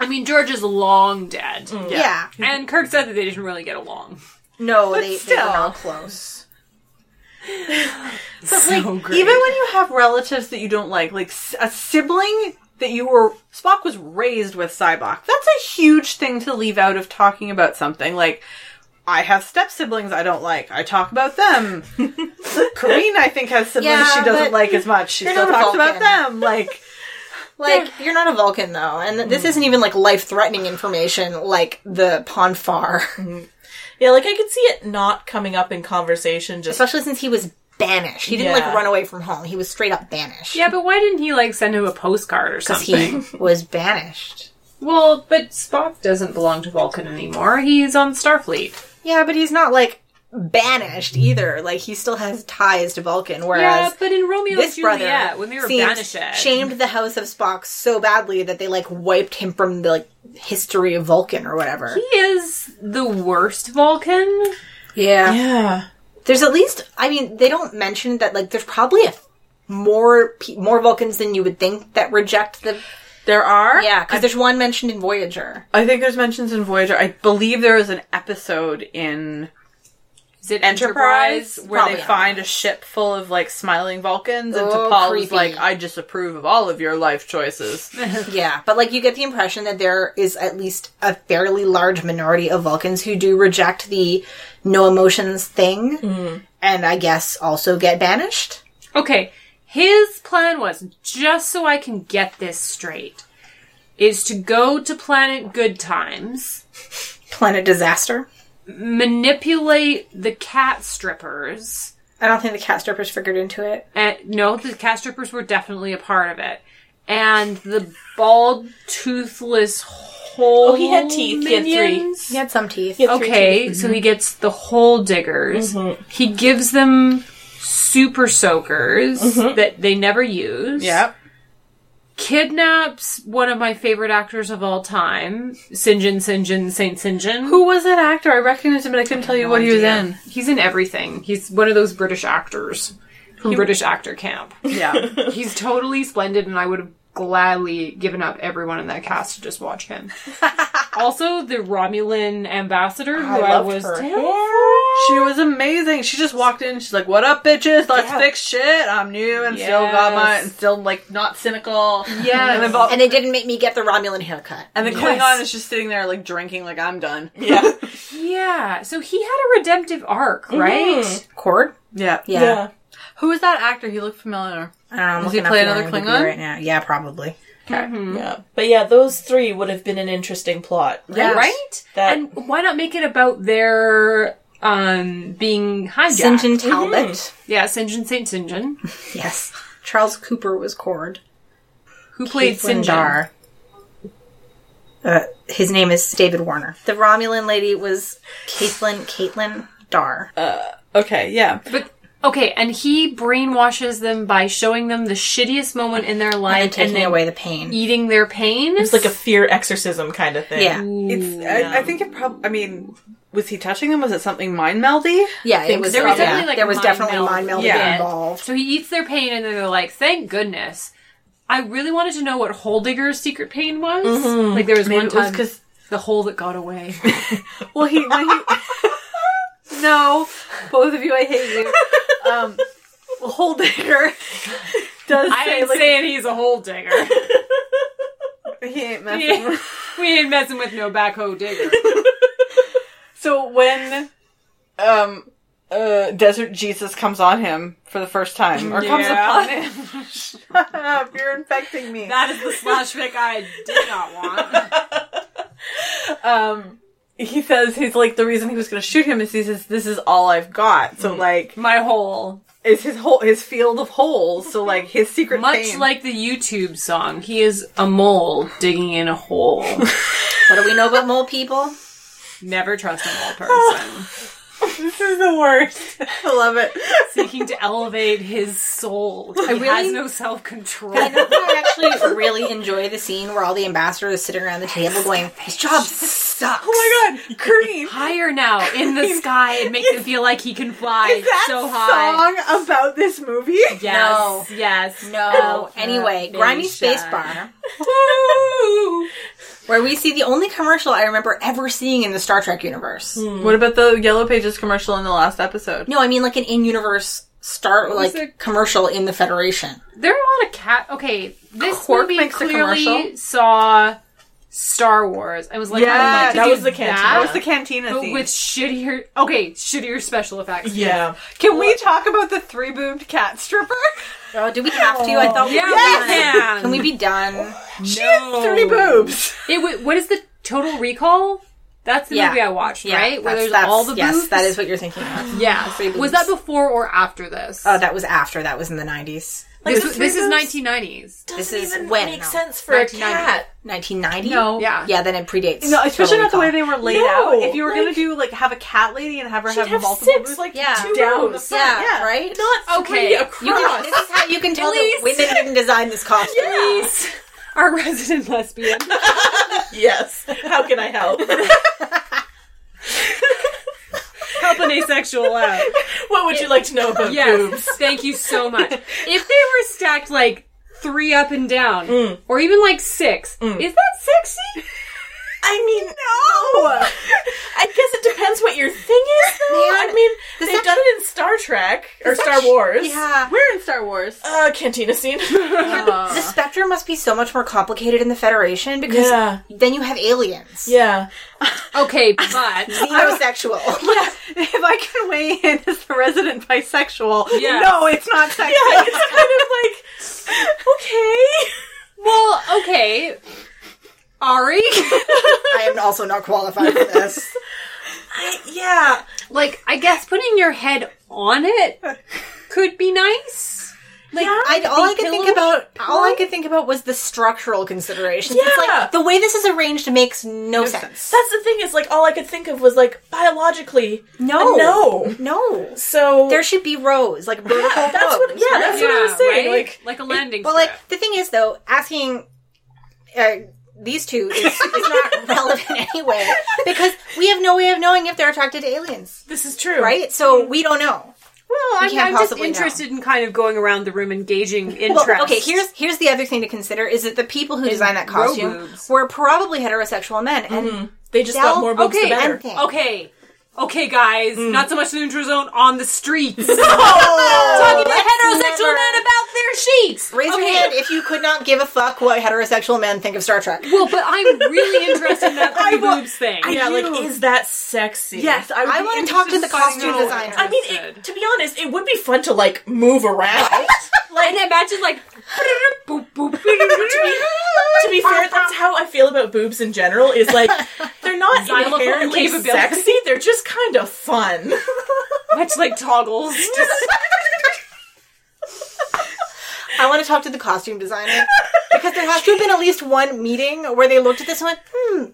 I mean, George is long dead, Yeah. and Kirk said that they didn't really get along. No, they, they still. were not close. so great. Even when you have relatives that you don't like, like s- a sibling that you were Spock was raised with Cybok. That's a huge thing to leave out of talking about something. Like I have step siblings I don't like. I talk about them. Corrine, I think, has siblings Yeah, she but doesn't like as much. She you're still not a talks about Vulcan. them. Like Like you're not a Vulcan though, and th- this Mm. isn't even like life-threatening information like the Ponfar, Mm. Yeah, like I could see it not coming up in conversation. Just especially since he was banished. He didn't Yeah. like run away from home. He was straight up banished. yeah, but why didn't he like send him a postcard or Because something? he was banished. Well, but Spock doesn't belong to Vulcan anymore. He's on Starfleet. Yeah, but he's not like banished either. Like he still has ties to Vulcan, whereas Yeah, but in Romeo and this Juliet, brother when they were seems- banished, shamed the house of Spock so badly that they like wiped him from the like, history of Vulcan or whatever. he is the worst Vulcan. Yeah. yeah, There's at least I mean they don't mention that like there's probably a f- more pe- more Vulcans than you would think that reject the there are. yeah because there's one mentioned in Voyager. I think there's mentions in Voyager. I believe there is an episode in Is it Enterprise where Probably they not. find a ship full of like smiling Vulcans, and Oh, T'Pol creepy. was like, "I disapprove of all of your life choices." Yeah, but like you get the impression that there is at least a fairly large minority of Vulcans who do reject the no emotions thing, Mm-hmm. and I guess also get banished. Okay, his plan was just so I can get this straight is to go to planet Good Times, Planet disaster. manipulate the cat strippers. I don't think the cat strippers figured into it. And no, the cat strippers were definitely a part of it. And the bald toothless hole. Oh, he had teeth. He had three. minions? He had some teeth. Okay, Mm-hmm. so he gets the hole diggers. He gives them super soakers Mm-hmm. that they never use. yep. Kidnaps one of my favorite actors of all time, Sinjin Sinjin Saint Sinjin. Who was that actor? I recognized him, but I couldn't tell you what he was in. He's in everything. He's one of those British actors from British actor camp. Yeah. He's totally splendid, and I would have gladly given up everyone in that cast to just watch him. also, the Romulan ambassador who I, loved was her. she was amazing. She just walked in. She's like, "What up, bitches? Let's Yeah. fix shit. I'm new and still got my Yes. and still like not cynical." Yes. And, then Vol- And they didn't make me get the Romulan haircut. and the Yes. Klingon is just sitting there like drinking, like I'm done. yeah, Yeah, so he had a redemptive arc, right? Cord? Yeah. Yeah. yeah. Who was that actor? He looked familiar. I don't know. I'm Does he looking up play the another IMDb Klingon? right now? Yeah, probably. Yeah. But yeah, those three would have been an interesting plot. Yes. Right? That- And why not make it about their um being hijacked? St. John Talbot. Yeah, Sinjin Saint Sinjin. Mm-hmm. Yes. Charles Cooper was Cord. Who played Flindar. Sinjin? Uh, his name is David Warner. The Romulan lady was Caitlin Caitlin Dar. Uh, Okay. Yeah. But okay, and he brainwashes them by showing them the shittiest moment in their life and taking then away the pain. eating their pain. It's like a fear exorcism kind of thing. yeah. It's. I, I think it probably. I mean, was he touching them? Was it something mind meldy? Yeah, it was, there was yeah, definitely, like, there was mind definitely meld. mind melding Yeah. involved. So he eats their pain, and then they're like, "Thank goodness." I really wanted to know what Hole Digger's secret pain was. Like there was Mm-hmm. one Maybe it was time 'cause- the hole that got away. Well, he. When he no, both of you, I hate you. Um, well, Holdinger does I say ain't like saying he's a hole digger. he ain't messing. Yeah. with- we ain't messing with no backhoe digger. So when, um, uh, Desert Jesus comes on him for the first time, or comes upon Yeah. him. Shut up! You're infecting me. That is the slash pick I did not want. um, he says he's like the reason he was going to shoot him is he says this is all I've got. So like My whole. it's his whole his field of holes. So like his secret Much pain. like the YouTube song, he is a mole digging in a hole. What do we know about mole people? Never trust a mole person. this is the worst. I love it. Seeking to elevate his soul. He really- has no self control. I know I actually really enjoy the scene where all the ambassadors sitting around the table going, "His job sucks." Oh my god, Creed. Higher now in the sky and make them feel like he can fly Is that so high. song about this movie? Yes, No. yes. No. Anyway, Grimy Space Bar. Bar, where we see the only commercial I remember ever seeing in the Star Trek universe. What about the Yellow Pages commercial in the last episode? No, I mean like an in-universe star like it? commercial in the Federation. There are a lot of cat. Okay, this Quark movie makes a commercial. clearly saw Star Wars. I was like, Yeah, I'd like to that do was the cantina. that, That was the cantina but scene. with shittier. Okay, shittier special effects. Yeah. Can we talk about the three boobed cat stripper? Oh, do we have to? I thought we Yeah, were we done. can. Can we be done? She has three boobs. It, wa- what is the Total Recall? That's the Yeah. movie I watched, right? Where that's- there's that's- all the yes, boobs. that is what you're thinking of. Yeah. Was that before or after this? Oh, that was after. That was in the 90s. this the was- this three is boobs? 1990s. This Doesn't is even when, makes no. sense for a 1990. cat. 1990? No. Yeah. Yeah, then it predates. No, especially Total not the way Recall. they were laid No, out. If you were gonna like- do like have a cat lady and have her She'd have, have multiple six, boobs, like Yeah. two Down. down the front. Yeah, right? Not Okay. okay. You can, this is how you can tell that women didn't design this costume. Please, our resident lesbian. yes. How can I help? Help an asexual out. what would you like to know about Yes, boobs? thank you so much. If they were stacked like three up and down, Mm. or even like six, is that sexy? I mean, no. I guess it depends what your thing is. Though. Man, I mean, this they've actually- done it in Star Trek or Star Wars. Yeah. We're in Star Wars. Uh, cantina scene. The spectrum must be so much more complicated in the Federation because Yeah. then you have aliens. yeah. Okay, but Xenosexual. if I can weigh in as the resident bisexual, Yeah. no, it's not sexy. It's kind of like, okay. well, okay, Ari. I am also not qualified for this. Yeah. like, I guess putting your head on it could be nice. Like, I, all I could think pillow about, all I could think about was the structural considerations. It's Yeah. like the way this is arranged makes no, sense. That's the thing is like all I could think of was like biologically. No. a no. No, So there should be rows, like vertical Yeah, that's rows. what- yeah, right? that's what I was saying, right? like- like a landing. But strip. like the thing is, though, asking uh, these two is, is not relevant anyway because we have no way of knowing if they're attracted to aliens, this is true, right? So we don't know. well, I'm, can't I'm just possibly know. interested in kind of going around the room, engaging Well, interest. okay, here's here's the other thing to consider is that the people who designed that row costume boobs. Mm-hmm. were probably heterosexual men, and They just Del- got more boobs okay, the better. and thin. Okay. Okay, guys, not so much the neutral zone on the streets. Talking Oh, to let's heterosexual never- men about their sheets. Raise okay. your hand if you could not give a fuck what heterosexual men think of Star Trek. Well, but I'm really interested in that three boobs thing. yeah, you. like is that sexy? Yes, I, would I be want to talk to interested the in finding costume out. designer. I mean, it, to be honest, it would be fun to like move around. Like, and imagine like boop, boop, boop, to be fair, that's how I feel about boobs in general. Is like they're not Xylophone inherently capability. sexy; they're just kind of fun. much like toggles. Just, I want to talk to the costume designer because there has to have been at least one meeting where they looked at this and went, hmm,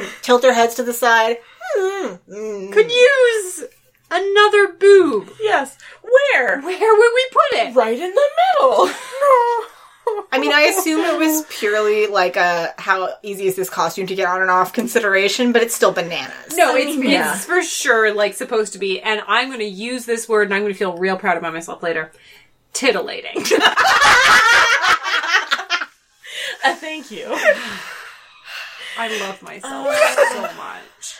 mm, tilt their heads to the side. Hmm, mm. Mm-hmm. could use another boob. yes, where? Where would we put it? Right in the middle. I mean, I assume it was purely like a how easy is this costume to get on and off consideration, but it's still bananas. No, it's, yeah. it's for sure like supposed to be, and I'm going to use this word, and I'm going to feel real proud about myself later. Titillating. Uh, thank you. I love myself so much.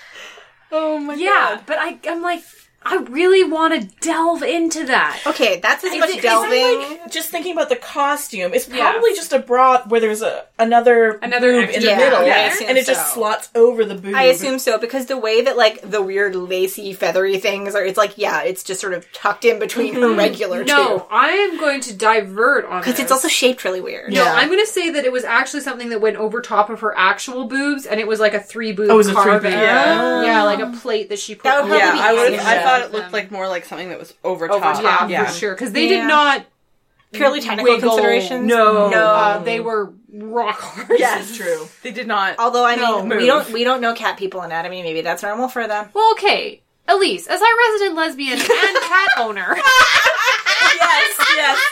Oh my yeah, god. Yeah, but I, I'm like, I really want to delve into that. Okay, that's as Is much it- is it delving. like- just thinking about the costume, it's Yeah. probably just a bra where there's a another Another boob in the extra middle, boob there? I assume and it just so. slots over the boob. I assume so because the way that like the weird lacy feathery things are, it's like yeah, it's just sort of tucked in between her regular No, two. I am going to divert on Because this. it's also shaped really weird. No, Yeah. I'm going to say that it was actually something that went over top of her actual boobs, and it was like a three boob. Oh, it was a three carve boob, out. yeah. yeah, like a plate that she put. That would on. probably Yeah, be I would. easier. I thought it looked like more like something that was over top. over top Yeah. for sure because they Yeah. did not Purely technical Wiggle. considerations. No. no. Uh, they were rock hard. this is true. They did not. Although I mean, No, we move. don't we don't know cat people anatomy. Maybe that's normal for them. Well, okay, Elise, as our resident lesbian and cat owner, yes, yes.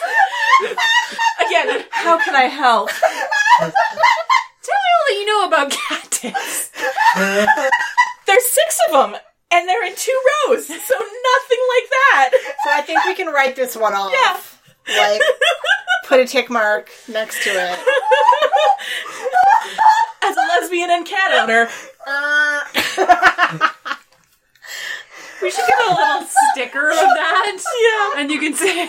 Again, How can I help? tell me all that you know about cat tits. there's six of them, and they're in two rows, so nothing like that. So I think we can write this one off. Yeah. Like put a tick mark next to it. As a lesbian and cat owner, We should get a little sticker of that, yeah. and you can say,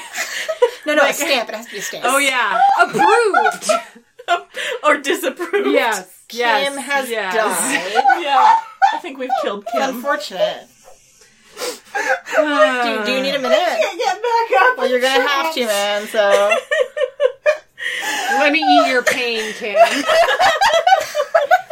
No, no, a stamp. It has to be a stamp. "Oh yeah, approved." or disapproved. yes, yes, Kim has yes. died. Yeah. I think we've killed Kim. Unfortunate. Uh, Do you need a minute? Get back up. Well, you're gonna have to, man. So Let me eat your pain, Kim.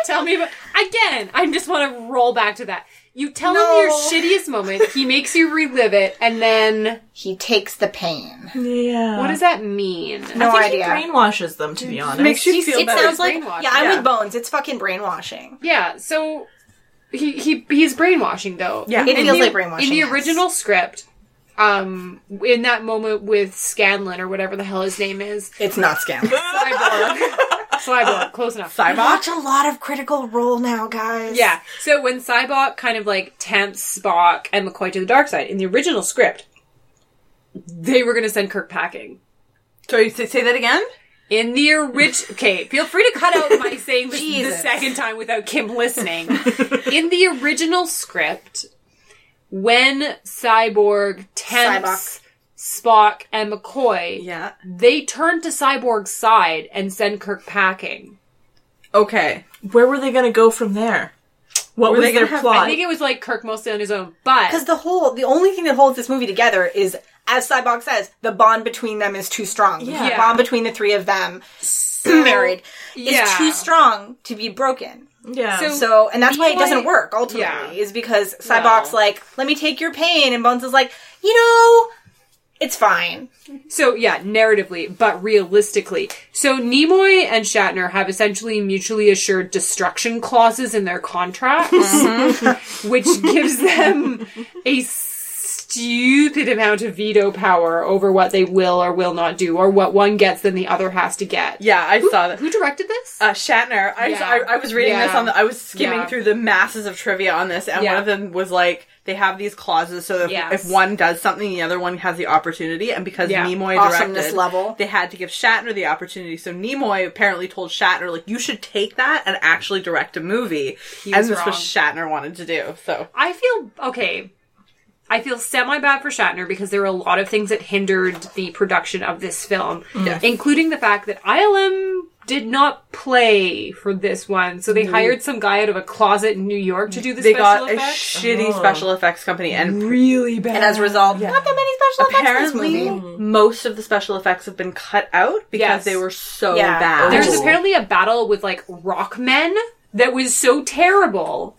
tell me about again. I just want to roll back to that. You tell him your No. shittiest moment. He makes you relive it, and then he takes the pain. Yeah. what does that mean? No I think idea. he brainwashes them, to be honest. Makes you He's- feel it better. sounds like- yeah, Brainwashing. I'm Yeah. with bones. It's fucking brainwashing. Yeah. So he he he's brainwashing though. Yeah. It In feels the- like brainwashing. In the yes. original script, um, in that moment with Scanlan or whatever the hell his name is, it's not scam. Cyborg, Cyborg, close enough. Cybok. Watch a lot of Critical Role now, guys. Yeah. So when Cybok kind of like tempts Spock and McCoy to the dark side in the original script, they were going to send Kirk packing. Sorry, say, say that again. In the original, okay, feel free to cut out my saying this the Jesus. second time without Kim listening. In the original script, when Cyborg tempts Spock and McCoy, Yeah. they turn to Cyborg's side and send Kirk packing. Okay. Where were they gonna go from there? What Were was they gonna their have- plot? I think it was like Kirk mostly on his own, but Because the whole, the only thing that holds this movie together is, as Cyborg says, the bond between them is too strong. The Yeah. bond between the three of them, married, is yeah. too strong to be broken. yeah. So- So, and that's why it Why- doesn't work ultimately, Yeah. is because Cyborg's No. like, let me take your pain, and Bones is like, you know, it's fine. So yeah, narratively, but realistically. So Nimoy and Shatner have essentially mutually assured destruction clauses in their contracts, which gives them a stupid amount of veto power over what they will or will not do, or what one gets than the other has to get. Yeah, I saw that. Who directed this? Uh, Shatner. I, Yeah. I, I was reading this Yeah. on the. I was skimming Yeah. through the masses of trivia on this, and Yeah. one of them was like they have these clauses, so if, Yes. if one does something, the other one has the opportunity. And because Yeah. Nimoy Awesomeness directed, level. they had to give Shatner the opportunity. So Nimoy apparently told Shatner, like, you should take that and actually direct a movie. and was this wrong. was Shatner wanted to do. So I feel okay. I feel semi bad for Shatner because there were a lot of things that hindered the production of this film, including the fact that ILM did not play for this one, so they hired some guy out of a closet in New York to do the Mm-hmm. they special got effects. a shitty special effects company, and really bad. And as a result, not that many special effects in this apparently movie. most of the special effects have been cut out because Mm. Yes. they were so Yeah. bad. There's Ooh. apparently a battle with like rock men that was so terrible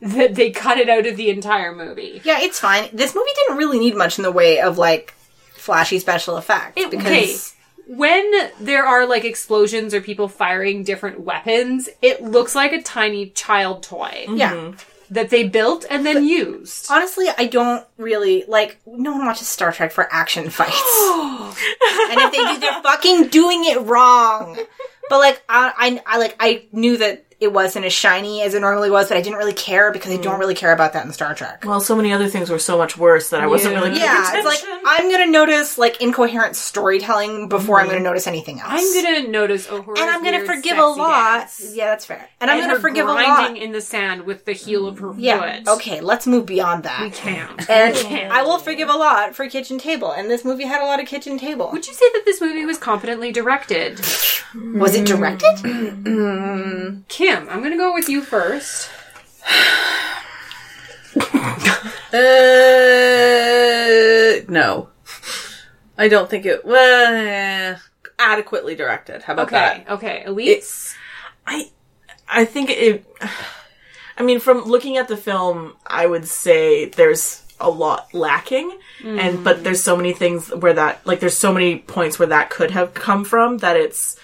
that they cut it out of the entire movie. Yeah, it's fine. This movie didn't really need much in the way of like flashy special effects It- because okay. When there are like explosions or people firing different weapons, it looks like a tiny child toy yeah. that they built and then used. Honestly, I don't really like no one watches Star Trek for action fights. and if they do, they're fucking doing it wrong. But like I, I, I like I knew that it wasn't as shiny as it normally was, but I didn't really care because I don't really care about that in Star Trek. Well, so many other things were so much worse that I wasn't really paying yeah, it's attention. like I'm gonna notice like incoherent storytelling before Mm-hmm. I'm gonna notice anything else. I'm gonna notice Uhura's and I'm gonna weird, forgive sexy a lot. dance. Yeah, that's fair. And, I'm And gonna her forgive a lot. grinding in the sand with the heel of her Yeah. foot. Okay, let's move beyond that. We can't. And I will forgive a lot for kitchen table. And this movie had a lot of kitchen table. Would you say that this movie was competently directed? was it directed? Kim, I'm gonna go with you first. Uh, no. I don't think it was adequately directed. How about Okay, that? okay. Elise? I I think it I mean from looking at the film I would say there's a lot lacking and but there's so many things where that like there's so many points where that could have come from that it's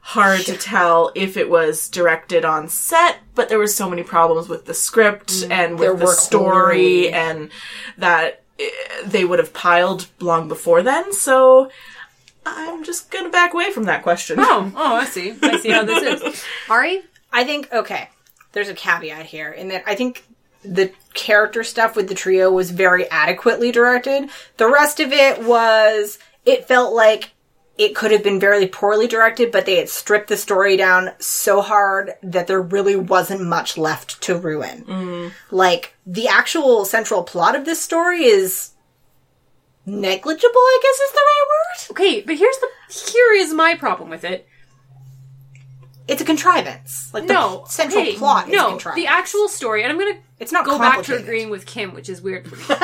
hard to tell if it was directed on set but there were so many problems with the script and with the were story and that eh, they would have piled long before then so I'm just gonna back away from that question. Oh, oh, I see. I see how this is. Ari? I think okay. There's a caveat here in that I think the character stuff with the trio was very adequately directed. The rest of it was it felt like it could have been very poorly directed, but they had stripped the story down so hard that there really wasn't much left to ruin. Mm-hmm. Like the actual central plot of this story is negligible, I guess is the right word. Okay, but here's the here is my problem with it. It's a contrivance. Like No, the central okay, plot is a no, contrivance. the actual story, and I'm gonna It's not go back to complicated. agreeing with Kim, which is weird for me.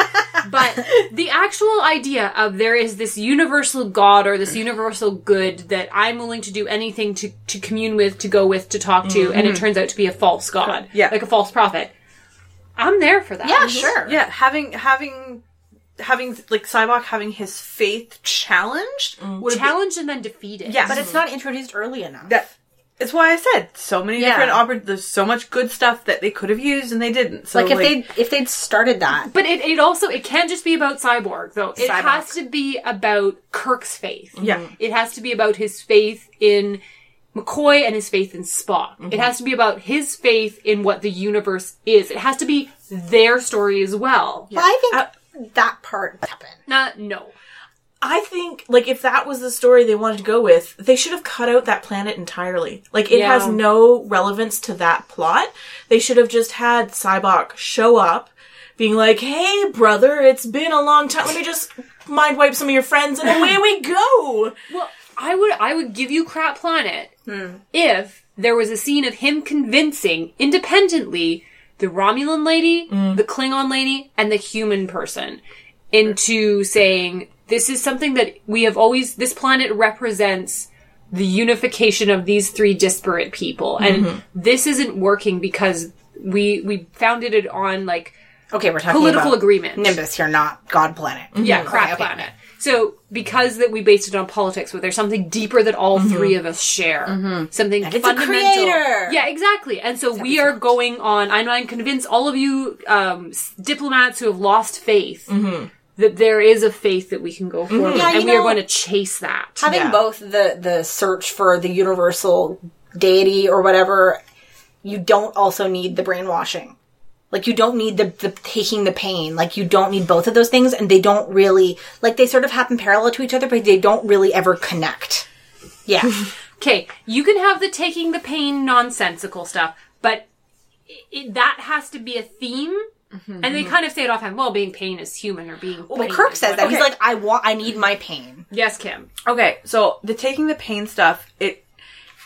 but the actual idea of there is this universal god or this universal good that I'm willing to do anything to, to commune with, to go with, to talk to, and Mm-hmm. it turns out to be a false god. Yeah. Like a false prophet. I'm there for that. yeah, sure. Yeah, having having having like Cybok having his faith challenged Mm. would have been- Challenged and then defeated. Yeah, But it's not introduced early enough. that it's why I said so many Yeah. different oppor- there's so much good stuff that they could have used and they didn't. So like if they if they'd started that, But it, it also it can't just be about cyborg though. It Cyborg. has to be about Kirk's faith. Yeah. It has to be about his faith in McCoy and his faith in Spock. It has to be about his faith in what the universe is. It has to be their story as well. But I think uh, that part happened. Not no. I think, like, if that was the story they wanted to go with, they should have cut out that planet entirely. Like, it Yeah. has no relevance to that plot. They should have just had Cybok show up, being like, hey, brother, it's been a long time. Let me just mind wipe some of your friends, and away we go! Well, I would I would give you crap planet if there was a scene of him convincing independently the Romulan lady, the Klingon lady, and the human person into saying this is something that we have always this planet represents the unification of these three disparate people and this isn't working because we we founded it on like Okay, we're talking political about agreement Nimbus here, not God Planet. yeah, crap Mm-hmm. okay. planet. So because that we based it on politics, but there's something deeper that all three of us share. Something Mm-hmm. it's a fundamental. creator. Yeah, exactly. And so we are going on. I know I'm convinced all of you um, s- diplomats who have lost faith that there is a faith that we can go forward, Mm-hmm. Yeah, you and we are know- going to chase that. Having Yeah. both the the search for the universal deity or whatever, you don't also need the brainwashing. Like you don't need the, the taking the pain. Like you don't need both of those things, and they don't really like they sort of happen parallel to each other, but they don't really ever connect. Yeah, Okay, you can have the taking the pain nonsensical stuff, but i it, that has to be a theme. And they kind of say it offhand. Well, being pain is human, or being Mm-hmm. well, Kirk says that he's like, I want, I need my pain. yes, Kim. Okay, so the taking the pain stuff, it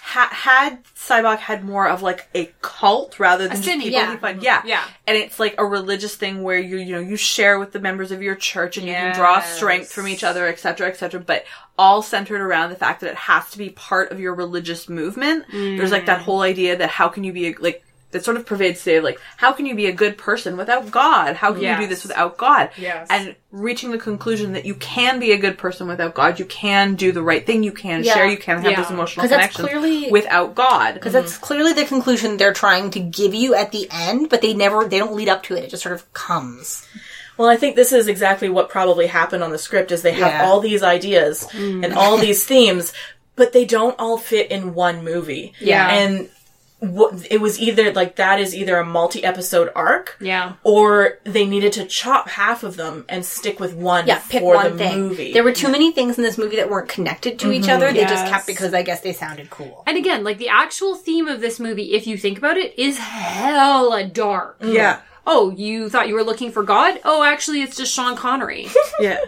ha- had Cybok had more of like a cult rather than just synod, people yeah. he find. Yeah, Yeah. and it's like a religious thing where you you know you share with the members of your church and you can draw strength from each other, etc., cetera, etc. Cetera, but all centered around the fact that it has to be part of your religious movement. There's like Mm. that whole idea that how can you be a, like that sort of pervades today, like how can you be a good person without God? How can you do this Yes. without God? Yes. and reaching the conclusion that you can be a good person without God. You can do the right thing. You can Yeah. share. You can have Yeah. this emotional 'Cause that's connection clearly- without God. because that's clearly the conclusion they're trying to give you at the end but they never they don't lead up to it it just sort of comes Well, I think this is exactly what probably happened on the script is they have Yeah. all these ideas and all these themes, but they don't all fit in one movie. Yeah. And what it was either like that is either a multi-episode arc Yeah. or they needed to chop half of them and stick with one Yeah, pick for one the thing. movie. There were too many things in this movie that weren't connected to each other. They just Yes. kept because I guess they sounded cool. And again, like the actual theme of this movie, if you think about it, is hella dark. Yeah. Oh, you thought you were looking for God? Oh, actually, it's just Sean Connery. Yeah.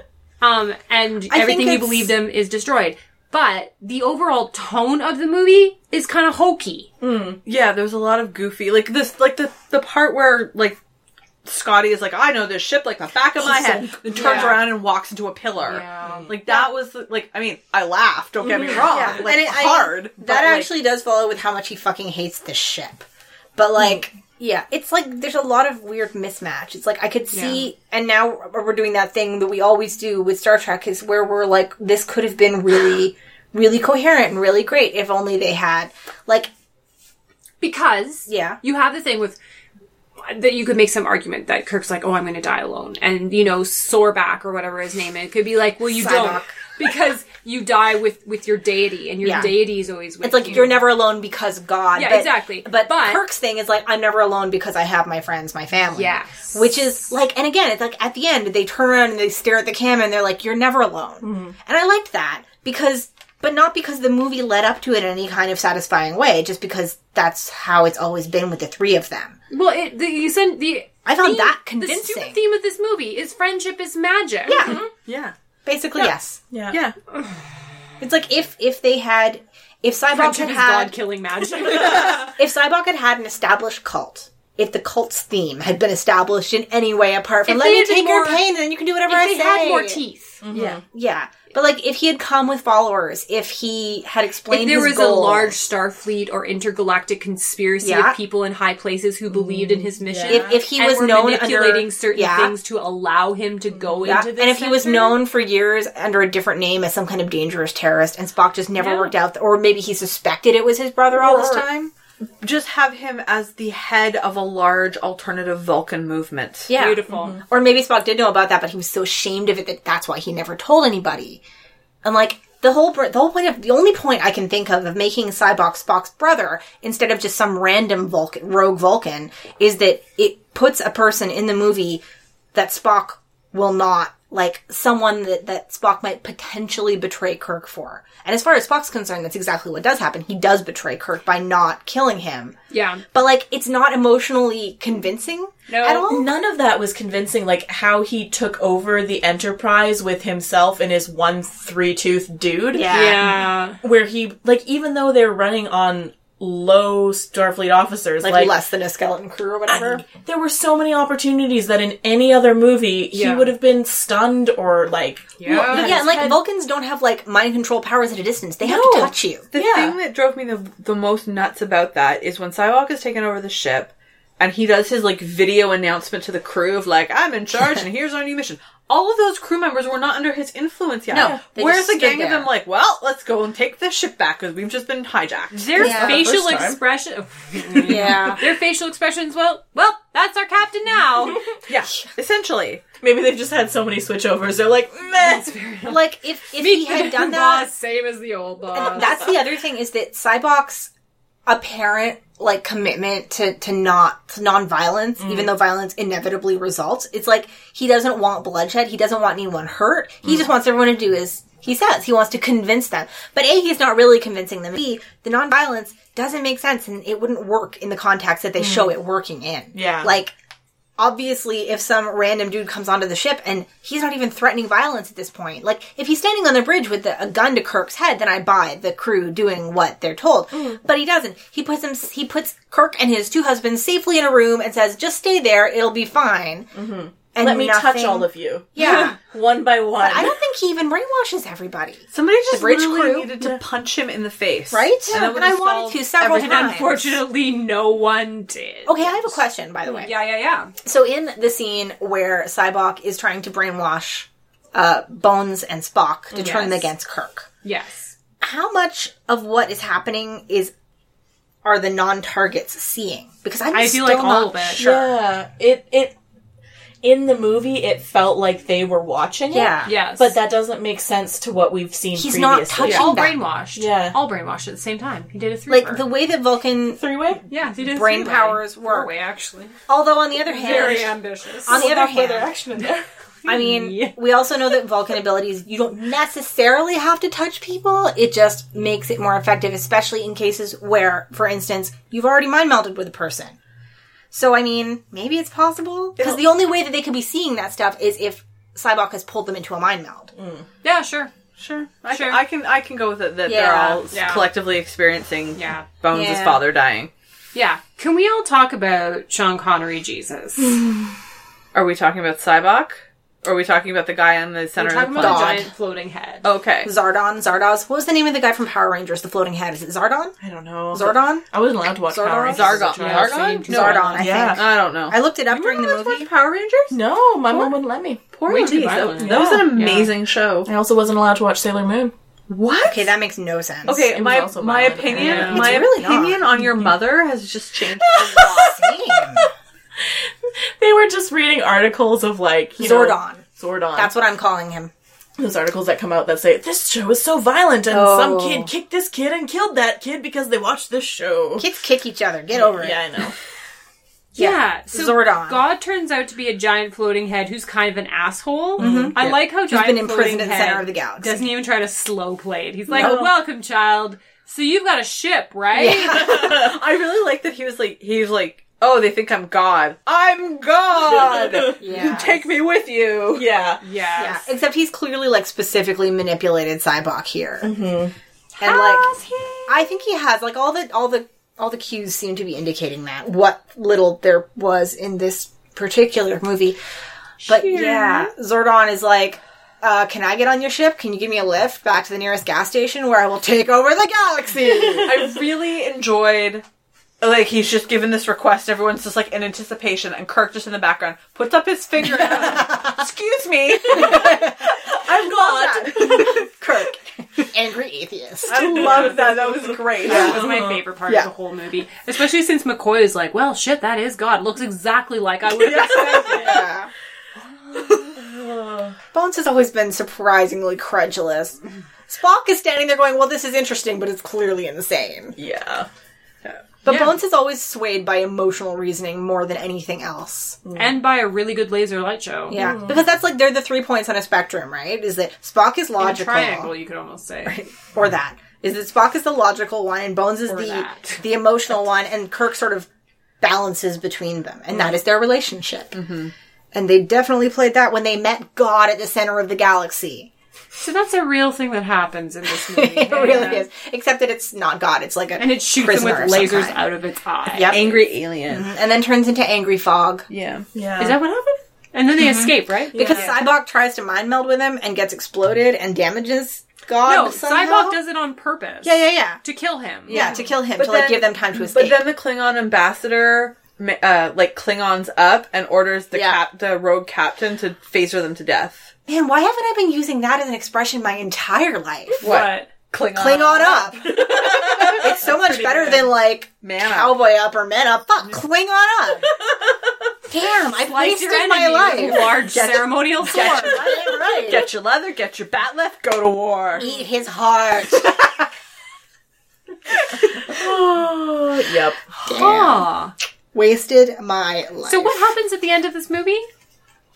um, and everything you it's- believed in is destroyed. But the overall tone of the movie is kind of hokey. Yeah, there's a lot of goofy like this like the the part where like Scotty is like, I know this ship like the back of my head. Then turns Yeah. around and walks into a pillar. Yeah. Like that was the, like, I mean, I laughed. Don't get me wrong. Mm-hmm. Yeah, Like and it- I- hard. but, that like, actually does follow with how much he fucking hates the ship. But like, Mm. yeah, it's like there's a lot of weird mismatch. It's like I could see, and now we're doing that thing that we always do with Star Trek is where we're like, this could have been really, really coherent and really great if only they had like, Because Yeah. you have the thing with that you could make some argument that Kirk's like, oh, I'm going to die alone, and you know Sorback or whatever his name is could be like, well, you don't Sybok. because you die with with your deity, and your Yeah. deity is always with it's like you. you're never alone because God. Yeah, but- exactly. But, But- Kirk's thing is like, I'm never alone because I have my friends, my family. Yes. Which is like, and again, it's like at the end, they turn around and they stare at the camera and they're like, you're never alone. Mm-hmm. And I liked that because, but not because the movie led up to it in any kind of satisfying way, just because that's how it's always been with the three of them. Well, it, the, you send the. I found theme- that The stupid convincing. theme of this movie is friendship is magic. Yeah. Yeah. Basically, yes. yeah. Yeah. It's like if, if they had, if Cyborg Friendship had is had, God killing magic. if Cyborg had had an established cult, if the cult's theme had been established in any way apart from If let they me had been take your more- pain and then you can do whatever I if they say. had more teeth. Yeah. Yeah, but like if he had come with followers, if he had explained If there his was a goal- large Starfleet or intergalactic conspiracy Yeah. of people in high places who believed in his mission, If- if he and was were known under- manipulating certain yeah. Mm-hmm. things to allow him to go Yeah, into and this, if he was sector, known for years under a different name as some kind of dangerous terrorist, and Spock just never Yeah. worked out, th- or maybe he suspected it was his brother all this Or- time. Just have him as the head of a large alternative Vulcan movement. Yeah, Mm-hmm. beautiful. Or maybe Spock did know about that, but he was so ashamed of it that that's why he never told anybody. And like the whole br- the whole point of the only point I can think of of making Cyborg Spock's brother instead of just some random Vulcan rogue Vulcan is that it puts a person in the movie that Spock will not like someone that, that Spock might potentially betray Kirk for. And as far as Spock's concerned, that's exactly what does happen. He does betray Kirk by not killing him. Yeah, But like it's not emotionally convincing No. at all. None of that was convincing, like how he took over the Enterprise with himself and his one three tooth dude. yeah. Where he, like, even though they're running on low Starfleet officers, like, like, less than a skeleton crew or whatever. there were so many opportunities that in any other movie he Yeah. would have been stunned or, like, Yeah. yeah, and like Vulcans don't have like mind control powers at a distance. They have to No. touch you. The Yeah. thing that drove me the, the most nuts about that is when Cywalk has taken over the ship and he does his like video announcement to the crew of like, I'm in charge and here's our new mission. All of those crew members were not under his influence yet. No, they Where's just the stood gang of there. them like, well, let's go and take this ship back because we've just been hijacked. Their Yeah. facial First time. expression. Yeah. Their facial expressions. Well, well, that's our captain now. Yeah, essentially. maybe they've just had so many switchovers. They're like, meh. like if if he had done that, boss, same as the old boss. and that's the other thing is that Cybok's apparent like commitment to to not to non-violence even though violence inevitably results it's like he doesn't want bloodshed he doesn't want anyone hurt he just wants everyone to do as he says he wants to convince them but a he's not really convincing them b the non-violence doesn't make sense and it wouldn't work in the context that they show it working in Yeah. like obviously if some random dude comes onto the ship and he's not even threatening violence at this point like if he's standing on the bridge with the, a gun to kirk's head then i buy the crew doing what they're told Mm. but he doesn't he puts him he puts kirk and his two husbands safely in a room and says just stay there it'll be fine and Mm-hmm. Let me touch nothing- all of you. yeah One by one. i don't think he even brainwashes everybody Somebody just bridge literally crew? needed to punch him in the face. right And that and, would i have wanted solved to several everything. times Unfortunately, no one did. okay i have a question by the way Yeah, yeah, yeah. So in the scene where Cybok is trying to brainwash uh, Bones and Spock to turn them Yes. against Kirk, Yes. how much of what is happening is are the non-targets seeing? Because I'm I still feel like all of not it. sure. Yeah, it it in the movie, it felt like they were watching it. Yeah. Yes. But that doesn't make sense to what we've seen He's not previously. touching- all Yeah. brainwashed. Yeah. All brainwashed at the same time. He did a three. Like the way that Vulcan, Three way? yeah, he did a brain three-way. powers work. Four-way, actually. although on the other hand, Very ambitious. on the other Further hand, action in there. I mean, we also know that Vulcan abilities you don't necessarily have to touch people. It just makes it more effective, especially in cases where, for instance, you've already mind melded with a person. So I mean, maybe it's possible because the only way that they could be seeing that stuff is if Cybok has pulled them into a mind meld. yeah, sure. Sure. I, Sure. I can I can go with it that they're Yeah. all s- Yeah. collectively experiencing Yeah. Bones' Yeah. father dying. Yeah. Can we all talk about Sean Connery Jesus? Are we talking about Cybok? Or are we talking about the guy on the center We're of talking the about planet? a God. giant floating head. Okay. Zardon, Zardoz. What was the name of the guy from Power Rangers? The floating head. Is it Zardon? I don't know. Zordon? I wasn't allowed to watch Zordon? Power Rangers. Zargon. as a child. Zargon? No. Zardon. I Yeah. think. I don't know. I looked it up during the Remember movie. watch Power Rangers? No, my mom wouldn't let me. Poor Way Rangers. too That, violent. that was Yeah. an amazing show. I also wasn't allowed to watch Sailor Moon. What? Okay, that makes no sense. Okay, was my also my violent. opinion Yeah. my It's really opinion not. on your mother has just changed a lot. Same. They were just reading articles of like you know, Zordon. Zordon. That's what I'm calling him. those articles that come out that say this show is so violent and Oh. some kid kicked this kid and killed that kid because they watched this show. Kids kick each other. Get over it. Yeah, I know. Yeah. So Zordon. God turns out to be a giant floating head who's kind of an asshole. I like how giant Mm-hmm. been imprisoned floating in the head center of the galaxy. doesn't even try to slow play it. He's like, "Welcome, child. So you've got a ship, right?" I really like that he was like he was like, Oh, they think I'm God. I'm God Yeah. Take me with you. yeah. Yeah, Yes. except he's clearly like specifically manipulated Cybok here, mm-hmm. and like I think he has like all the all the all the cues seem to be indicating that what little there was in this particular movie. But yeah, Zordon is like, uh, "Can I get on your ship? Can you give me a lift back to the nearest gas station where I will take over the galaxy?" I really enjoyed like he's just given this request, everyone's just like in anticipation, and Kirk just in the background puts up his finger. Excuse me, I'm God. Kirk, angry atheist. I love that. That was great. That was my favorite part Yeah. of the whole movie, especially since McCoy is like, "Well, shit, that is God. Looks exactly like I would have expected." Yeah. Bones has always been surprisingly credulous. Spock is standing there going, Well, this is interesting, but it's clearly insane. Yeah. But Yeah. Bones is always swayed by emotional reasoning more than anything else. and by a really good laser light show. Yeah. Because that's like, they're the three points on a spectrum, right? Is that Spock is In a logical. triangle, you could almost say. Or that. Is that Spock is the logical one and Bones is the, that. the emotional one, and Kirk sort of balances between them. And Mm-hmm. that is their relationship. And they definitely played that when they met God at the center of the galaxy. So that's a real thing that happens in this movie. It really is. Except that it's not God. It's like a And it shoots them prisoner with of some lasers kind. out of its eye. Yep. Angry alien. And then turns into angry fog Yeah. Yeah. Is that what happened? And then they Mm-hmm. escape, right? because Cybok tries to mind meld with him and gets exploded and damages God. no, somehow. Cyborg does it on purpose. Yeah, yeah, yeah. To kill him. Yeah, to kill him to then- like give them time to But escape. then the Klingon ambassador, ma- uh, like Klingons up and orders the Yeah. cap, the rogue captain to phaser them to death. Man, why haven't I been using that as an expression my entire life? But Klingon. Klingon up. it's so much better than like Man up. cowboy up or man up. Fuck, Klingon up. Damn, I've like wasted your enemy my with life. a large ceremonial sword. Damn right. Get your leather. Get your bat left. Go to war. Eat his heart. yep. Aw. wasted my life. So what happens at the end of this movie?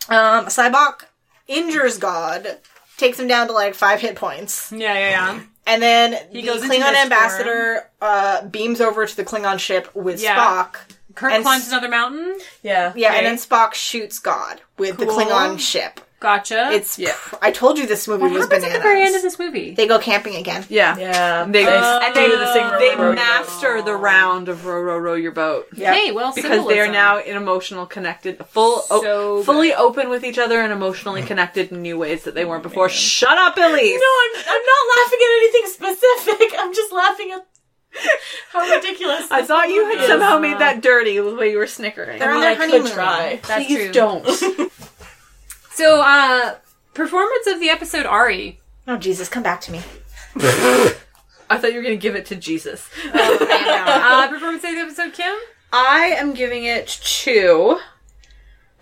Um, Cybok injures God, takes him down to like five hit points, Yeah, yeah, yeah. and then the goes into Klingon mist ambassador uh, beams over to the Klingon ship with Yeah. Spock. Kirk And climbs s- another mountain. Yeah. Yeah, and then Spock shoots God with the Cool. Klingon ship. Gotcha. It's pr- I told you this movie what was happens bananas. at the very end of this movie. they go camping again. Yeah. Yeah. They, and they, do the sing- they row, row, row. master the round of row, row, row your boat. Yeah. Hey, well, Because they are symbolism. now in emotional connected, full, o- So fully open with each other and emotionally connected in new ways that they weren't before. Shut up, Elise. No, I'm, I'm not laughing at anything specific. I'm just laughing at how ridiculous. I thought you had Yes. somehow made that dirty with the way you were snickering. They're on I their honeymoon. could try. That's Please true. don't. So, uh, performance of the episode Ari. Oh Jesus, come back to me. I thought you were going to give it to Jesus. Uh, performance of the episode Kim. I am giving it two.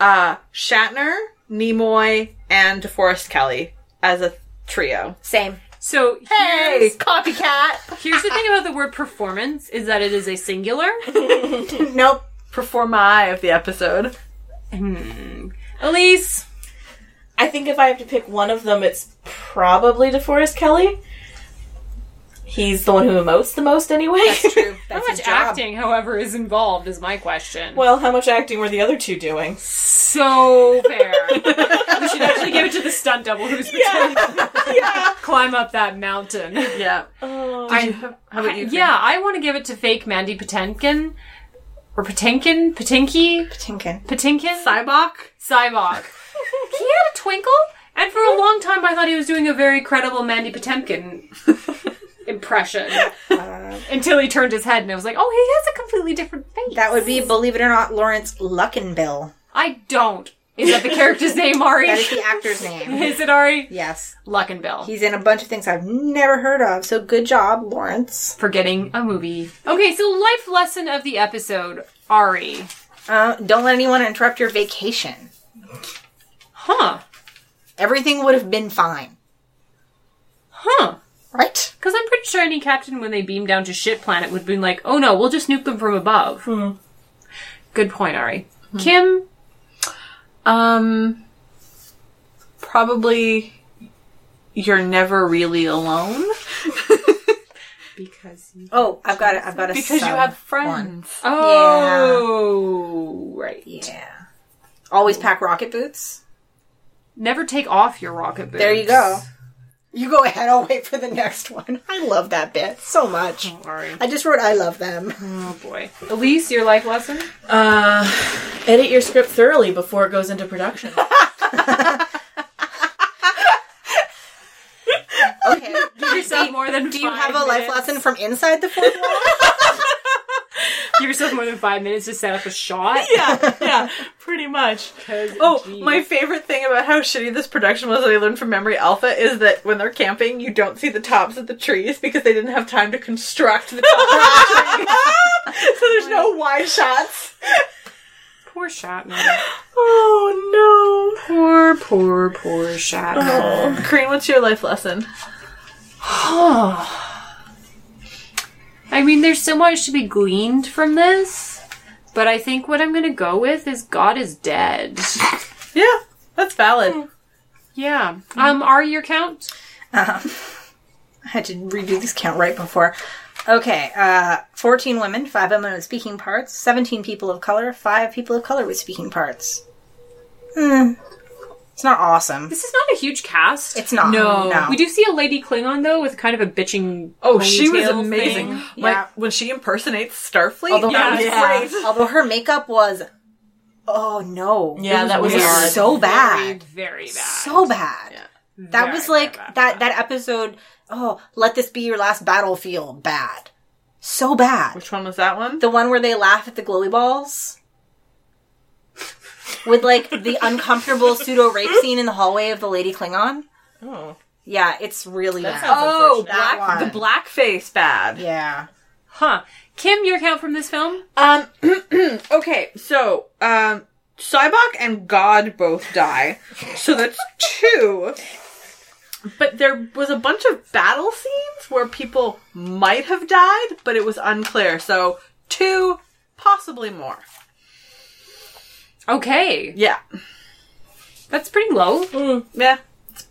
uh, Shatner, Nimoy, and DeForest Kelly as a trio. Same. So Hey, here's, copycat. here's the thing about the word performance is that it is a singular. Nope. Perform eye of the episode. Elise, I think if I have to pick one of them, it's probably DeForest Kelly. He's the one who emotes the most, anyway. That's true. how That's much his job. acting, however, is involved is my question. well, how much acting were the other two doing? So fair. we should actually give it to the stunt double who's pretending to climb up that mountain. Yeah. I- How about you? Fran? Yeah, I want to give it to fake Mandy Patinkin. Or Patinkin? Patinky? Tinkin. Patinkin? Cybok. Cybok. he had a twinkle, and for a long time I thought he was doing a very credible Mandy Patinkin impression. Uh, Until he turned his head and I was like, oh, he has a completely different face. That would be, believe it or not, Lawrence Luckenbill. I don't. Is that the character's name, Ari? That is the actor's name. Is it Ari? Yes. Luckenbill. He's in a bunch of things I've never heard of. So good job, Lawrence. for getting a movie. Okay, so life lesson of the episode, Ari. Uh, don't let anyone interrupt your vacation. Huh. Everything would have been fine, Huh. right? Because I'm pretty sure any captain, when they beam down to shit planet, would be like, oh no, we'll just nuke them from above. Hmm. Good point, Ari. Hmm. Kim, Um, probably you're never really alone because you. Oh, I've got it. I've got a because you sub have one. friends. Oh, right. Yeah. Always pack rocket boots. Never take off your rocket boots. There you go. You go ahead. I'll wait for the next one. I love that bit so much. Ari. I just wrote I love them. Oh boy. Elise, your life lesson? Uh, edit your script thoroughly before it goes into production. Okay. Give yourself more than Do you have a life lesson from inside the fourth wall? Give yourself more than five minutes to set up a shot? yeah, yeah, pretty much. Oh, Jeez. my favorite thing about how shitty this production was that I learned from Memory Alpha is that when they're camping, you don't see the tops of the trees because they didn't have time to construct the tops of the trees. so there's no wide shots. Poor Shatner. Oh no. Poor, poor, poor Shatner. Corinne, what's your life lesson? Oh. I mean, there's so much to be gleaned from this, but I think what I'm gonna go with is God is dead. Yeah, that's valid. Yeah. Um, are your count? Um, I had to redo this count right before. Okay, uh, 14 women, 5 women with speaking parts, 17 people of color, 5 people of color with speaking parts. Hmm. It's not awesome. This is not a huge cast. Oh, It's not. No. We do see a lady Klingon though with kind of a bitching. Oh, she was ponytail amazing. thing. Like Yeah. when she impersonates Starfleet, Although that her was Yeah. great. Although her makeup was. Oh no. Yeah, that it was was odd. so Very, bad. very bad. So bad. That Very, was like very bad. that that episode, oh, let this be your last battlefield bad. So bad. Which one was that one? The one where they laugh at the glowy balls? With like the uncomfortable pseudo rape scene in the hallway of the lady Klingon? Oh. Yeah, it's really bad. sounds- oh, That black, the one. blackface bad. yeah. Huh. Kim, your count from this film? Um, okay, so, um, Cybok and God both die. So that's two. But there was a bunch of battle scenes where people might have died, but it was unclear. So two, possibly more. Okay, Yeah. that's pretty low. Yeah. It's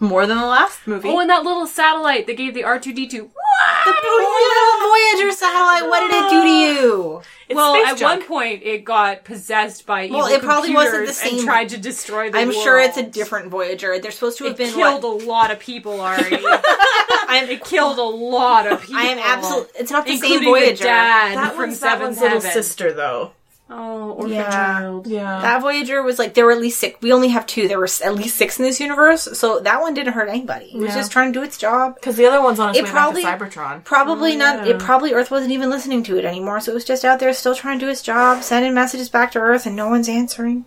more than the last movie. Oh, and that little satellite that gave the R two D two. Oh, little Voyager satellite, what did it do to you? It's Well, space at junk. one point, it got possessed by evil Well, it probably computers wasn't the and same- tried to destroy the I'm world. sure it's a different Voyager. They're supposed to have It been killed what? a lot of people, Ari. it killed a lot of people. I am absolutely. It's not the same including Voyager. the dad That from one's that Seventh one's little Heaven. sister, though. Oh, orphan Yeah. child. Yeah. That Voyager was like there were at least six. We only have two. There were s- at least six in this universe, so that one didn't hurt anybody. It was No. just trying to do its job. Because the other one's on its It way probably- back to Cybertron. Probably not. It probably Earth wasn't even listening to it anymore, so it was just out there still trying to do its job, sending messages back to Earth, and no one's answering.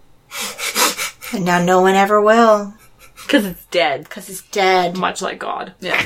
and now no one ever will, Because it's dead. because it's dead. Much like God. Yeah.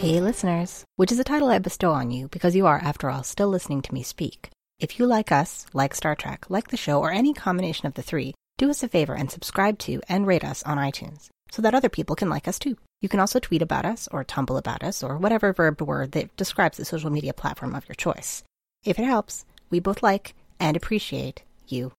Hey, listeners, which is a title I bestow on you because you are, after all, still listening to me speak. If you like us, like Star Trek, like the show, or any combination of the three, do us a favor and subscribe to and rate us on iTunes so that other people can like us too. You can also tweet about us or tumble about us or whatever verbed word that describes the social media platform of your choice. If it helps, we both like and appreciate you